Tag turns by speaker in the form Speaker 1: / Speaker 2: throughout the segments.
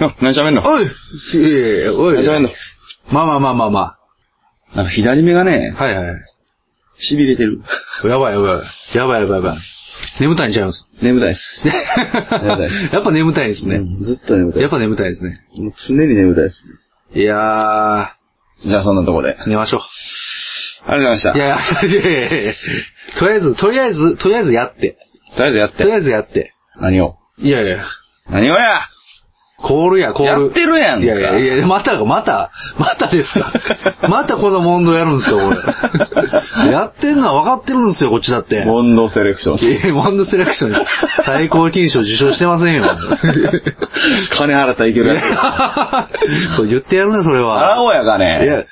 Speaker 1: な何喋んの
Speaker 2: おいいえいえおい
Speaker 1: 何喋んの
Speaker 2: まあまあまあまあま
Speaker 1: なんか左目がね
Speaker 2: あ。、はいはい。
Speaker 1: 痺れてる。
Speaker 2: やばいやばい。やばいやばいやばい。眠たいんちゃいます。
Speaker 1: 眠たいです。ばいです
Speaker 2: やっぱ眠たいですね。
Speaker 1: うんずっと眠たい。
Speaker 2: やっぱ眠たいですね。
Speaker 1: もう常に眠たいです。
Speaker 2: いや
Speaker 1: じゃあそんなとこで。あり
Speaker 2: ー、寝ましょ
Speaker 1: がとうございました。
Speaker 2: う。いやいや、いやいやいやとりあえず、とりあえず、とりあえずやって。
Speaker 1: とりあえずやっ
Speaker 2: とり
Speaker 1: て。
Speaker 2: あえずやって。
Speaker 1: 何を
Speaker 2: いやいや、
Speaker 1: 何をや
Speaker 2: コールや、コール。
Speaker 1: やってるやんか
Speaker 2: いやいやいや、また、また、またで すか。またこの問答やるんですか、俺。やってんのは分かってるんですよ、こっちだって。
Speaker 1: ボンドセレクション。
Speaker 2: え、ワンドセレクションです最高金賞受賞してません よ。
Speaker 1: 金払ったらいけるや
Speaker 2: そう言ってやるね、それ
Speaker 1: つ。
Speaker 2: は。
Speaker 1: 払おうやか
Speaker 2: い
Speaker 1: ね。
Speaker 2: や、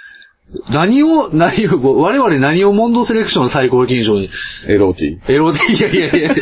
Speaker 2: 何を、何を、我々何をモンドセレクションの最高金賞に、
Speaker 1: エロチ。
Speaker 2: エロで、いやいやいや、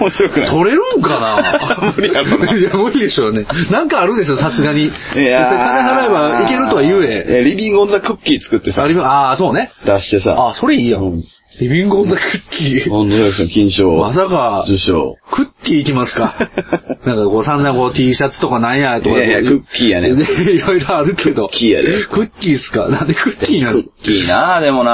Speaker 1: 面白くない
Speaker 2: 取れるんかな
Speaker 1: 無理やろない
Speaker 2: や、無理でしょうね。なんかあるでしょ、さすがに。
Speaker 1: いやー
Speaker 2: 金払えばいけるとは言え。
Speaker 1: え。リビングオンザクッキー作ってさ
Speaker 2: あ、りますあー、そうね。
Speaker 1: 出してさ、
Speaker 2: あ、それいいや
Speaker 1: うんん。
Speaker 2: リビングオンザクッキー。
Speaker 1: ボンドセレクション金賞、
Speaker 2: まさか、
Speaker 1: 受賞。
Speaker 2: クッキーいきますか。 なんかこう、散々こう T シャツとかなんやとか。
Speaker 1: いやいや
Speaker 2: こう
Speaker 1: クッキーやね
Speaker 2: いろいろあるけど。
Speaker 1: クッキーやで。
Speaker 2: クッキーっすかなんでクッキーなんです
Speaker 1: ク
Speaker 2: か
Speaker 1: ッキーなでも
Speaker 2: はい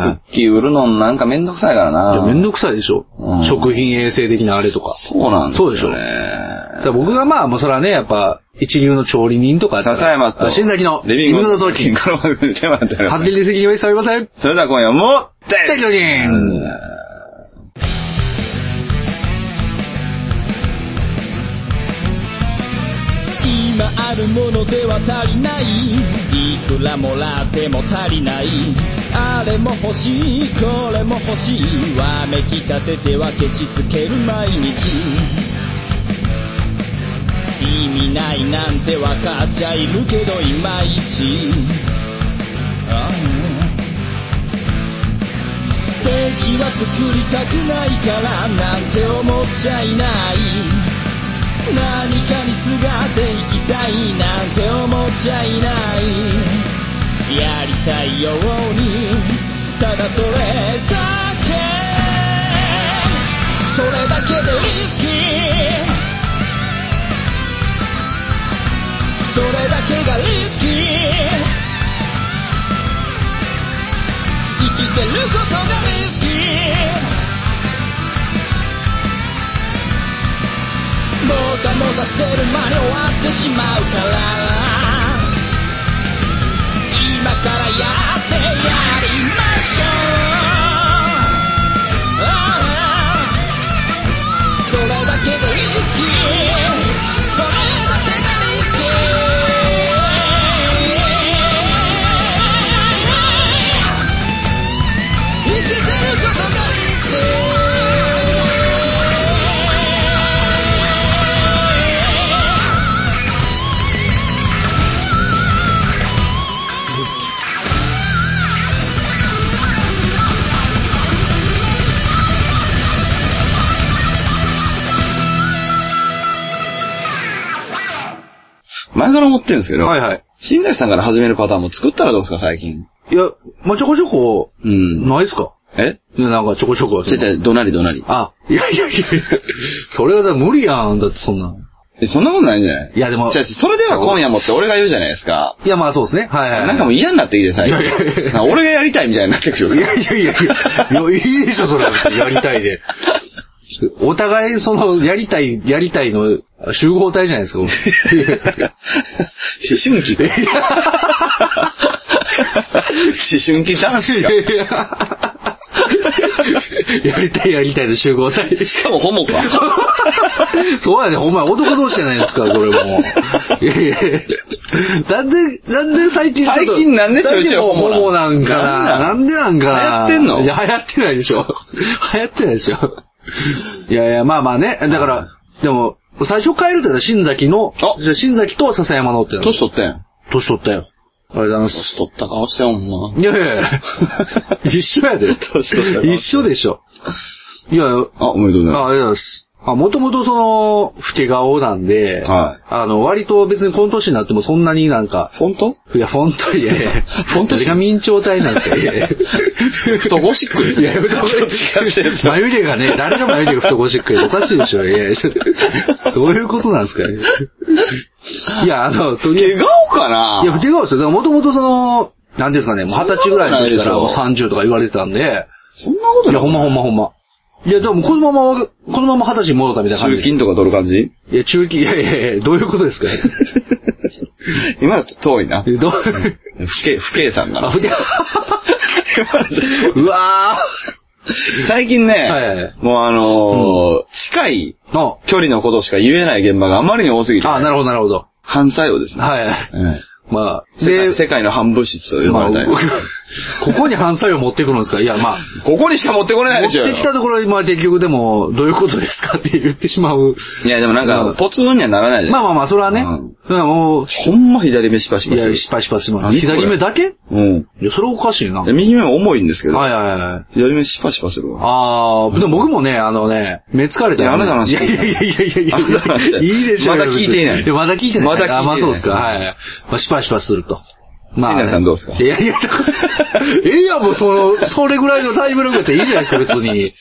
Speaker 2: はい
Speaker 1: なクッキー売るのなんかめんどくさいから
Speaker 2: いや、
Speaker 1: な
Speaker 2: めんどくさいでしょ
Speaker 1: うん。
Speaker 2: 食品衛生的なあれとか。
Speaker 1: そうなんですよね。
Speaker 2: そうでだから僕がまあ、もうそれはね、やっぱ、一流の調理人とかやったら。
Speaker 1: 笹山と、
Speaker 2: 新崎の、
Speaker 1: リビング
Speaker 2: の
Speaker 1: の
Speaker 2: 時
Speaker 1: 時にからまで出まってる。
Speaker 2: 発言に責任を一切ありません。
Speaker 1: それでは今夜も、
Speaker 2: 大丈夫
Speaker 3: 今あるものでは足りないいくらもらっても足りないあれも欲しいこれも欲しいわめきたててはケチつける毎日意味ないなんてわかっちゃいるけどいまいちああ敵は作りたくないからなんて思っちゃいない何かにすがっていきたいなんて思っちゃいないやりたいようにただそれだけそれだけでリスキーそれだけがリスキー生きてることがリスキーもたもたしてる間に終わってしまうから今からやってやりましょうああそれだけでリスキーそれだけがリスキー生きてることがリスキー
Speaker 1: 前から思ってるんですけど、
Speaker 2: はいはい。
Speaker 1: 新崎さんから始めるパターンも作ったらどうですか、最近。
Speaker 2: いや、まあ、ちょこちょこ、
Speaker 1: うん。
Speaker 2: ないっすか
Speaker 1: え
Speaker 2: いやなんかちょこちょこ。
Speaker 1: ちゃちゃ、どなりどなり。
Speaker 2: あ、いやいやいやい や、それはだ無理やん、だってそんな。
Speaker 1: えそんなことないんじゃない
Speaker 2: いやでも
Speaker 1: ちゃちゃ、それでは今夜もって俺が言うじゃないですか。
Speaker 2: いや、まあそうですね。はいはいはい。
Speaker 1: なんかもう嫌になってきてさ、
Speaker 2: いやいやいや
Speaker 1: なんか俺がやりたいみたいになってくるか
Speaker 2: い
Speaker 1: ら
Speaker 2: やいやいやいや、いやいいでしょ、それは別にやりたいで。お互い、その、やりたい、やりたいの集合体じゃないです か。
Speaker 1: 思春期思春期男子が。
Speaker 2: やりたい、やりたいの集合体。
Speaker 1: しかもホモか。
Speaker 2: そうやね、お前男同士じゃないですか、これもう。いやいやいやなんで、なんで最近ちょっと
Speaker 1: 最近なんでちょいちょいホモな
Speaker 2: ホモなんかな。
Speaker 1: な
Speaker 2: なんんでなんかな。
Speaker 1: 流行ってんの
Speaker 2: いや、流行ってないでしょ。流行ってないでしょ。いやいや、まあまあね。だから、でも、最初変えるって言ったら新崎の、
Speaker 1: あ
Speaker 2: じゃあ新崎と笹山のってなの
Speaker 1: 年取ったやん。
Speaker 2: 年取ったよ。ありがとうございます。
Speaker 1: 年取った顔してんもんな。
Speaker 2: いやいやいや 一緒やで
Speaker 1: 年取った。よ
Speaker 2: 一緒でしょ。いや、
Speaker 1: あ、おめでとうございます。
Speaker 2: あ、ありがとうございます。あ、もともとその、老け顔なんで、
Speaker 1: は
Speaker 2: あの、割と別にこの年になってもそんなになんか、
Speaker 1: フォント
Speaker 2: いや、フォント、いやいや、
Speaker 1: フォント
Speaker 2: 私が明朝体なんですよ。いやい や
Speaker 1: 太ゴシックです
Speaker 2: い
Speaker 1: ね
Speaker 2: や、やめてほしい
Speaker 1: どっちかっていうと
Speaker 2: 眉毛がね、誰が眉毛が太ゴシックやおかしいでしょ。いやいやちょっと、どういうことなんです かね。いや、あの、とに
Speaker 1: 怪
Speaker 2: か
Speaker 1: 我かな
Speaker 2: く、いや、手顔ですよ。だからもともとその、なんていうんですかね、もう二十歳ぐらいの時から
Speaker 1: そん
Speaker 2: もう
Speaker 1: なことな
Speaker 2: 30とか言われてたんで、
Speaker 1: そんなこと
Speaker 2: いや、
Speaker 1: ない。
Speaker 2: ほんまほんまほんま。いや、でもこのまま、このまま二十歳に戻ったみたいな感じ
Speaker 1: 中
Speaker 2: です。
Speaker 1: 金とか取る感じ
Speaker 2: いや、中期、いやいやいや、どういうことで すかね。
Speaker 1: 今だと遠いな。
Speaker 2: えどう、
Speaker 1: 不敬、不敬さんが
Speaker 2: あ、
Speaker 1: な。
Speaker 2: ふて、うわ
Speaker 1: 最近ね、
Speaker 2: はい
Speaker 1: もうあのー近い
Speaker 2: ーの、
Speaker 1: 距離のことしか言えない現場があまりに多すぎて、
Speaker 2: あ、なるほど、なるほど。
Speaker 1: 反作用ですね。
Speaker 2: はい。
Speaker 1: え
Speaker 2: まあ、
Speaker 1: え世界世界の半物質と呼ばれたい。
Speaker 2: まあこ こに反作用持ってくるんですかいや、まあ、
Speaker 1: ここにしか持ってこれない
Speaker 2: 持
Speaker 1: でしょ。
Speaker 2: ってきたところに、まあ結局でも、どういうことですかって言ってしまう。
Speaker 1: いや、でもなん
Speaker 2: ま
Speaker 1: か
Speaker 2: あ、
Speaker 1: ポツンにはならないじゃん。
Speaker 2: まあまあまあ、それはね。
Speaker 1: うん
Speaker 2: うん、もう、
Speaker 1: ほんま左目しばしば
Speaker 2: い
Speaker 1: す
Speaker 2: や、
Speaker 1: る。
Speaker 2: 失敗失敗しま
Speaker 1: 何
Speaker 2: す。
Speaker 1: これ
Speaker 2: 左目だけ
Speaker 1: うん。
Speaker 2: いや、それおかしいな。はい
Speaker 1: 右目も重いんですけど、
Speaker 2: はいはい。
Speaker 1: 左目しばしばするわ。
Speaker 2: あー、でも僕もね、あのね、目疲れた
Speaker 1: いやあなたの話
Speaker 2: いやいやいやいやいやい
Speaker 1: あなたの
Speaker 2: や
Speaker 1: 話
Speaker 2: いいでしょ
Speaker 1: まだ聞いていない
Speaker 2: や、まだ聞いてない。
Speaker 1: まだ聞いてない
Speaker 2: あ、まあそうですか。はい。まあ、シュパシュパすると。まあ、
Speaker 1: 椎名さんどうですか
Speaker 2: いやいや、ええやんもうその、それぐらいのタイムラグっていいじゃないですか、別に。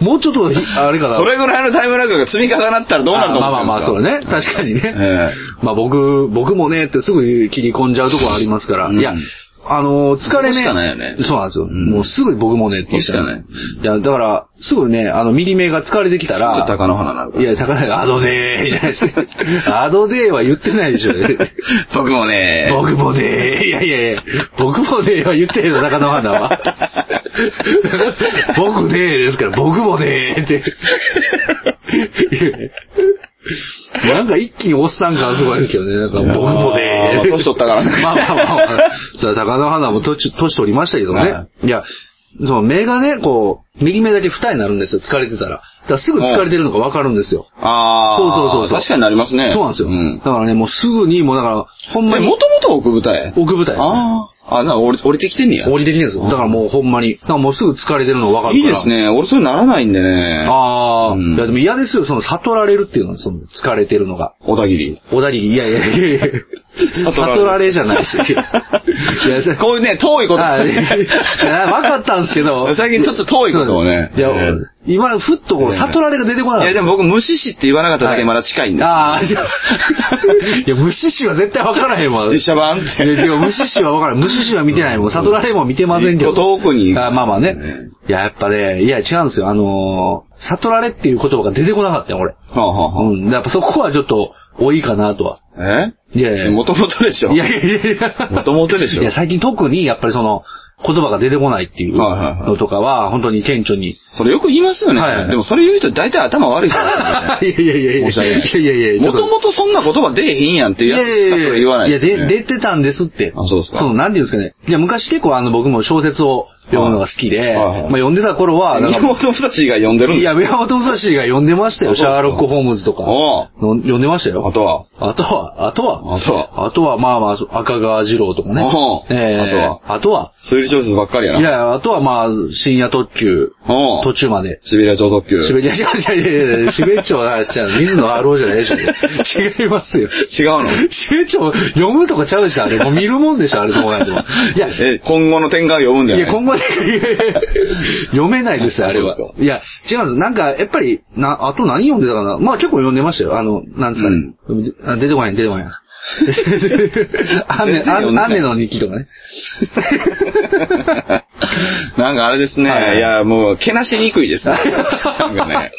Speaker 2: もうちょっと、ひあれかな。
Speaker 1: それぐらいのタイムラグが積み重なったらどうなると思
Speaker 2: あまあまあまあ、そう
Speaker 1: ね。
Speaker 2: ね。確かにね。
Speaker 1: え
Speaker 2: まあ僕、僕もねってすぐ切り込んじゃうとこありますから。
Speaker 1: うん
Speaker 2: いや、あのー、疲れね。
Speaker 1: ここしかないよね
Speaker 2: そうなんですよ。
Speaker 1: ん
Speaker 2: もうすぐ僕もねって言っちゃう。
Speaker 1: ここ
Speaker 2: いや、だから、すぐね、あの、右目が疲れてきた
Speaker 1: え。
Speaker 2: ら、
Speaker 1: 高の花になるか
Speaker 2: い
Speaker 1: ら。
Speaker 2: や、高い、アドデーじゃないですか。アドデーは言ってないでしょ。
Speaker 1: 僕もね、
Speaker 2: 僕もねいやいやいや、僕もねは言ってるよ、高野花 は。僕ねですから、僕もねって。なんか一気におっさん感すごいですけどね。なんか僕もね
Speaker 1: あー年取ったからね
Speaker 2: まあまあまあまあ。そう高野花も年年取りましたけど
Speaker 1: は
Speaker 2: ね。いや、その目がね、こう、右目だけ二重になるんですよ、疲れてたら。だからすぐ疲れてるのがわかるんですよ。
Speaker 1: ああ、
Speaker 2: そうそうそうそう
Speaker 1: 確かになりますね。
Speaker 2: そうなんですよ。
Speaker 1: うん
Speaker 2: だ。からね、もうすぐに、もうだから、ほんま
Speaker 1: え、
Speaker 2: に。
Speaker 1: もともと奥舞台
Speaker 2: 奥舞台ですね
Speaker 1: ああ。あ、なんか降り降りてきてんねや。
Speaker 2: 降りてきてるんですよ。だからもうほんまに。だからもうすぐ疲れてるの分か
Speaker 1: い
Speaker 2: る
Speaker 1: い
Speaker 2: から。
Speaker 1: です。ね。俺それならないんでね。
Speaker 2: ああ、
Speaker 1: うん
Speaker 2: いやでも嫌ですよ、その悟られるっていうのは、その疲れてるのが。
Speaker 1: 小田切。
Speaker 2: おだり、いやいやいやいや
Speaker 1: 悟られる
Speaker 2: 悟られじゃな いし。いや、それ
Speaker 1: こういうね、遠いこと。
Speaker 2: あーいやいや分かったんですけど。
Speaker 1: 最近ちょっと遠いことをね。
Speaker 2: いや、
Speaker 1: えー
Speaker 2: 今、ふっとこう、悟られが出てこないかった。
Speaker 1: や、でも僕、無視しって言わなかっただけまだ近いんだ。
Speaker 2: ああ、いや、いや無視しは絶対分からへんわ。
Speaker 1: 実写版っ
Speaker 2: いや
Speaker 1: て。
Speaker 2: 違う、無視しは分からん。無視しは見てないもん。悟られも見てませんけど。
Speaker 1: 一個遠くに
Speaker 2: あまあまあね
Speaker 1: ね。
Speaker 2: いや、やっぱね、いや、違うんですよ。あのー、悟られっていう言葉が出てこなかったよ、俺。
Speaker 1: はあはあは
Speaker 2: うん。やっぱそこはちょっと、多いかなとは。
Speaker 1: あ
Speaker 2: いやい
Speaker 1: え
Speaker 2: や。
Speaker 1: もともとでしょ
Speaker 2: いやいやいやいや。
Speaker 1: もともとでしょ
Speaker 2: いや、最近特にやっぱりその、言葉が出てこないっていう
Speaker 1: はいはいはい
Speaker 2: のとかは、本当に顕著に。
Speaker 1: それよく言いますよ
Speaker 2: は
Speaker 1: ね。
Speaker 2: い
Speaker 1: でもそれ言う人大体頭悪いからね。
Speaker 2: いやいやいやいや。
Speaker 1: 申し訳ない。
Speaker 2: いやいやいや。ち
Speaker 1: も
Speaker 2: ょっと
Speaker 1: ともとそんな言葉出えへんやんっていう
Speaker 2: い
Speaker 1: や
Speaker 2: や
Speaker 1: つ
Speaker 2: い
Speaker 1: し
Speaker 2: や
Speaker 1: か
Speaker 2: い
Speaker 1: そ
Speaker 2: や
Speaker 1: れ言わない
Speaker 2: いや、
Speaker 1: ですね。
Speaker 2: で、出てたんですって。
Speaker 1: あそうですか
Speaker 2: その、なんていうんですかね。いや、昔結構あの、僕も小説を読むのが好き
Speaker 1: はい
Speaker 2: で、
Speaker 1: はいはい
Speaker 2: まあ読んでた頃は、なんかも
Speaker 1: 妹たちが呼んで
Speaker 2: う、
Speaker 1: るん
Speaker 2: い
Speaker 1: だ。
Speaker 2: や、宮本武蔵が読んでました
Speaker 1: あ
Speaker 2: よ。
Speaker 1: そうです
Speaker 2: シ
Speaker 1: か
Speaker 2: ャーロック・ホームズとか。
Speaker 1: おう
Speaker 2: の読んでましたよ。
Speaker 1: あとは、
Speaker 2: あとは、あとは、
Speaker 1: あとは
Speaker 2: あとは、まあまあそう、赤川次郎とかね
Speaker 1: おう。
Speaker 2: ええ、あとは、
Speaker 1: 推理小説ばっかりや
Speaker 2: い
Speaker 1: な。
Speaker 2: や、あとはまあ、深夜特急、
Speaker 1: おう
Speaker 2: 途中まで。
Speaker 1: シベリア超特急。
Speaker 2: シベリア、いやいやいやいや、シベッチョは、水野アローじゃないでしょ。違います
Speaker 1: 違
Speaker 2: よ。
Speaker 1: うの
Speaker 2: シベッチョ読むとかちゃうでしょ、あれ。もう見るもんでしょ、あれどうやっても。いや、
Speaker 1: え、今後の展開を読むんじゃ
Speaker 2: い
Speaker 1: ない
Speaker 2: や、今後ね、いやいや読めないですよ、あれは
Speaker 1: そうです。
Speaker 2: いや、違うんです。なんか、やっぱり、な、あと何読んでたかなまあ結構読んでましたよ。あの、なんですかね。あ出てこない、出て こない。アンネ、アンアンネの日記とかね。
Speaker 1: なんかあれですね。
Speaker 2: はい
Speaker 1: い、や、もう、けなしにくい ですね。なんかね。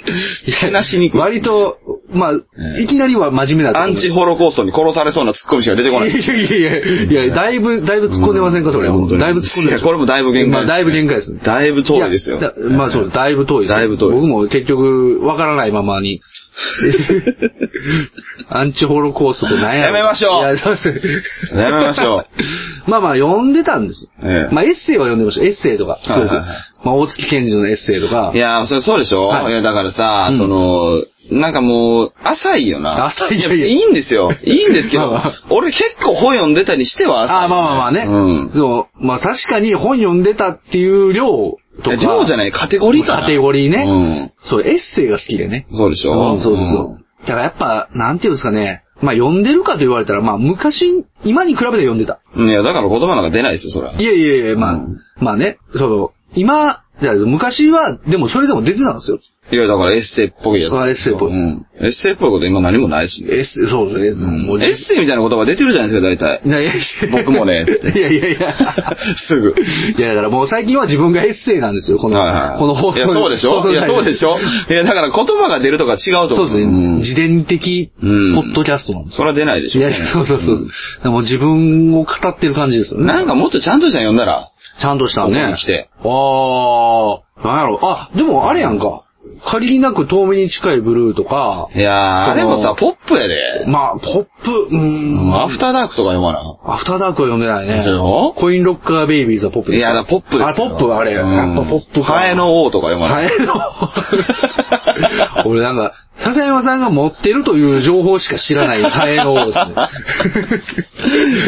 Speaker 1: けなしにくい。
Speaker 2: 割と、まあ、いきなりは真面目だと
Speaker 1: ア
Speaker 2: 思う
Speaker 1: ンチホロコーストに殺されそうなツッコミしか出てこないい。
Speaker 2: やいやいや、いや、だいぶ、だいぶ突っ込んでませんか、それ。だ
Speaker 1: うん
Speaker 2: いぶ突っ込んで
Speaker 1: い
Speaker 2: ま
Speaker 1: や
Speaker 2: す
Speaker 1: これもだいぶ限界
Speaker 2: まあ、だいぶ限界です。
Speaker 1: だいぶ遠いですよ。
Speaker 2: やだまあそう、だいぶ遠いです。
Speaker 1: だいぶ遠いです
Speaker 2: 僕も結局、わからないま まに。アンチホロコーストって何やろ
Speaker 1: やめましょう
Speaker 2: いや、そうです。
Speaker 1: やめましょう。
Speaker 2: まあまあ、読んでたんです。
Speaker 1: ええ
Speaker 2: まあ、エッセイは読んでました。エッセイとか、すごく。
Speaker 1: はいはいはい
Speaker 2: まあ、大月健二のエッセイとか
Speaker 1: い。やー、それそうでしょ、
Speaker 2: はい
Speaker 1: い、や、だからさ、
Speaker 2: うん
Speaker 1: その、なんかもう、浅いよな。
Speaker 2: 浅い
Speaker 1: いや
Speaker 2: いやいや
Speaker 1: いいんですよ。いいんですけど、
Speaker 2: まあまあ
Speaker 1: 俺結構本読んでたりしては浅い、
Speaker 2: ああ、まあまあまあね。
Speaker 1: うん。
Speaker 2: そう。まあ確かに本読んでたっていう量とか。
Speaker 1: 量じゃない、カテゴリーかな。
Speaker 2: カテゴリーね。
Speaker 1: うん。
Speaker 2: そう、エッセイが好きでね。
Speaker 1: そうでし
Speaker 2: う
Speaker 1: ょ
Speaker 2: ん、そうそうそう。だからやっぱ、なんていうんですかね。まあ、読んでるかと言われたら、まあ、昔、今に比べて読んでた。
Speaker 1: うんいや、だから言葉なんか出ないですよ、そりゃ。
Speaker 2: いやいやいや、まあ、
Speaker 1: うん
Speaker 2: まあね、そう、今、じゃあ昔は、でもそれでも出てたんですよ。
Speaker 1: いや、だからエッセイっぽいやつ。
Speaker 2: あエッセイっぽい
Speaker 1: うん。エッセイっぽいこと今何もないしね。
Speaker 2: エッセイ、そうですね。
Speaker 1: うん
Speaker 2: もう
Speaker 1: エッセイみたいな言葉出てるじゃないですか、大体。
Speaker 2: いやいや
Speaker 1: 僕もね
Speaker 2: いやいやいや。
Speaker 1: すぐ。
Speaker 2: いや、だからもう最近は自分がエッセイなんですよ、この、
Speaker 1: はいはい。
Speaker 2: この放送。
Speaker 1: いや、そうでし
Speaker 2: 放送
Speaker 1: ょい
Speaker 2: 内
Speaker 1: や、
Speaker 2: 容
Speaker 1: そうでしょいや、だから言葉が出るとか違うと
Speaker 2: そ
Speaker 1: 思う。
Speaker 2: うですね。
Speaker 1: ん
Speaker 2: 自伝的、ポ
Speaker 1: うん
Speaker 2: ッドキャストなんです
Speaker 1: それは出ないでしょ
Speaker 2: よ。いや、そうそうそう。でも自分を語ってる感じですよね。
Speaker 1: なんかもっとちゃんとしたの読んだら。
Speaker 2: ちゃんとしたね。
Speaker 1: ここに来て
Speaker 2: あー、なんやろ。あ、でもあれやんか。限りなく遠目に近いブルーとか、
Speaker 1: いやー、あれもさ、ポップやで。
Speaker 2: まあ、ポップ、う
Speaker 1: う
Speaker 2: ー
Speaker 1: ん
Speaker 2: ん。
Speaker 1: アフターダークとか読まな。
Speaker 2: アフターダークは読んでないね。
Speaker 1: そうよ
Speaker 2: コインロッカーベイビーズはポップ
Speaker 1: いや、だからポップですよ。
Speaker 2: あ、ポップはあれ。や
Speaker 1: うん
Speaker 2: っぱポップか。
Speaker 1: ハエ。の王とか読ま
Speaker 2: ハ
Speaker 1: ない。
Speaker 2: エ の。俺なんか、笹山さんが持ってるという情報しか知 らないハエの王ですね。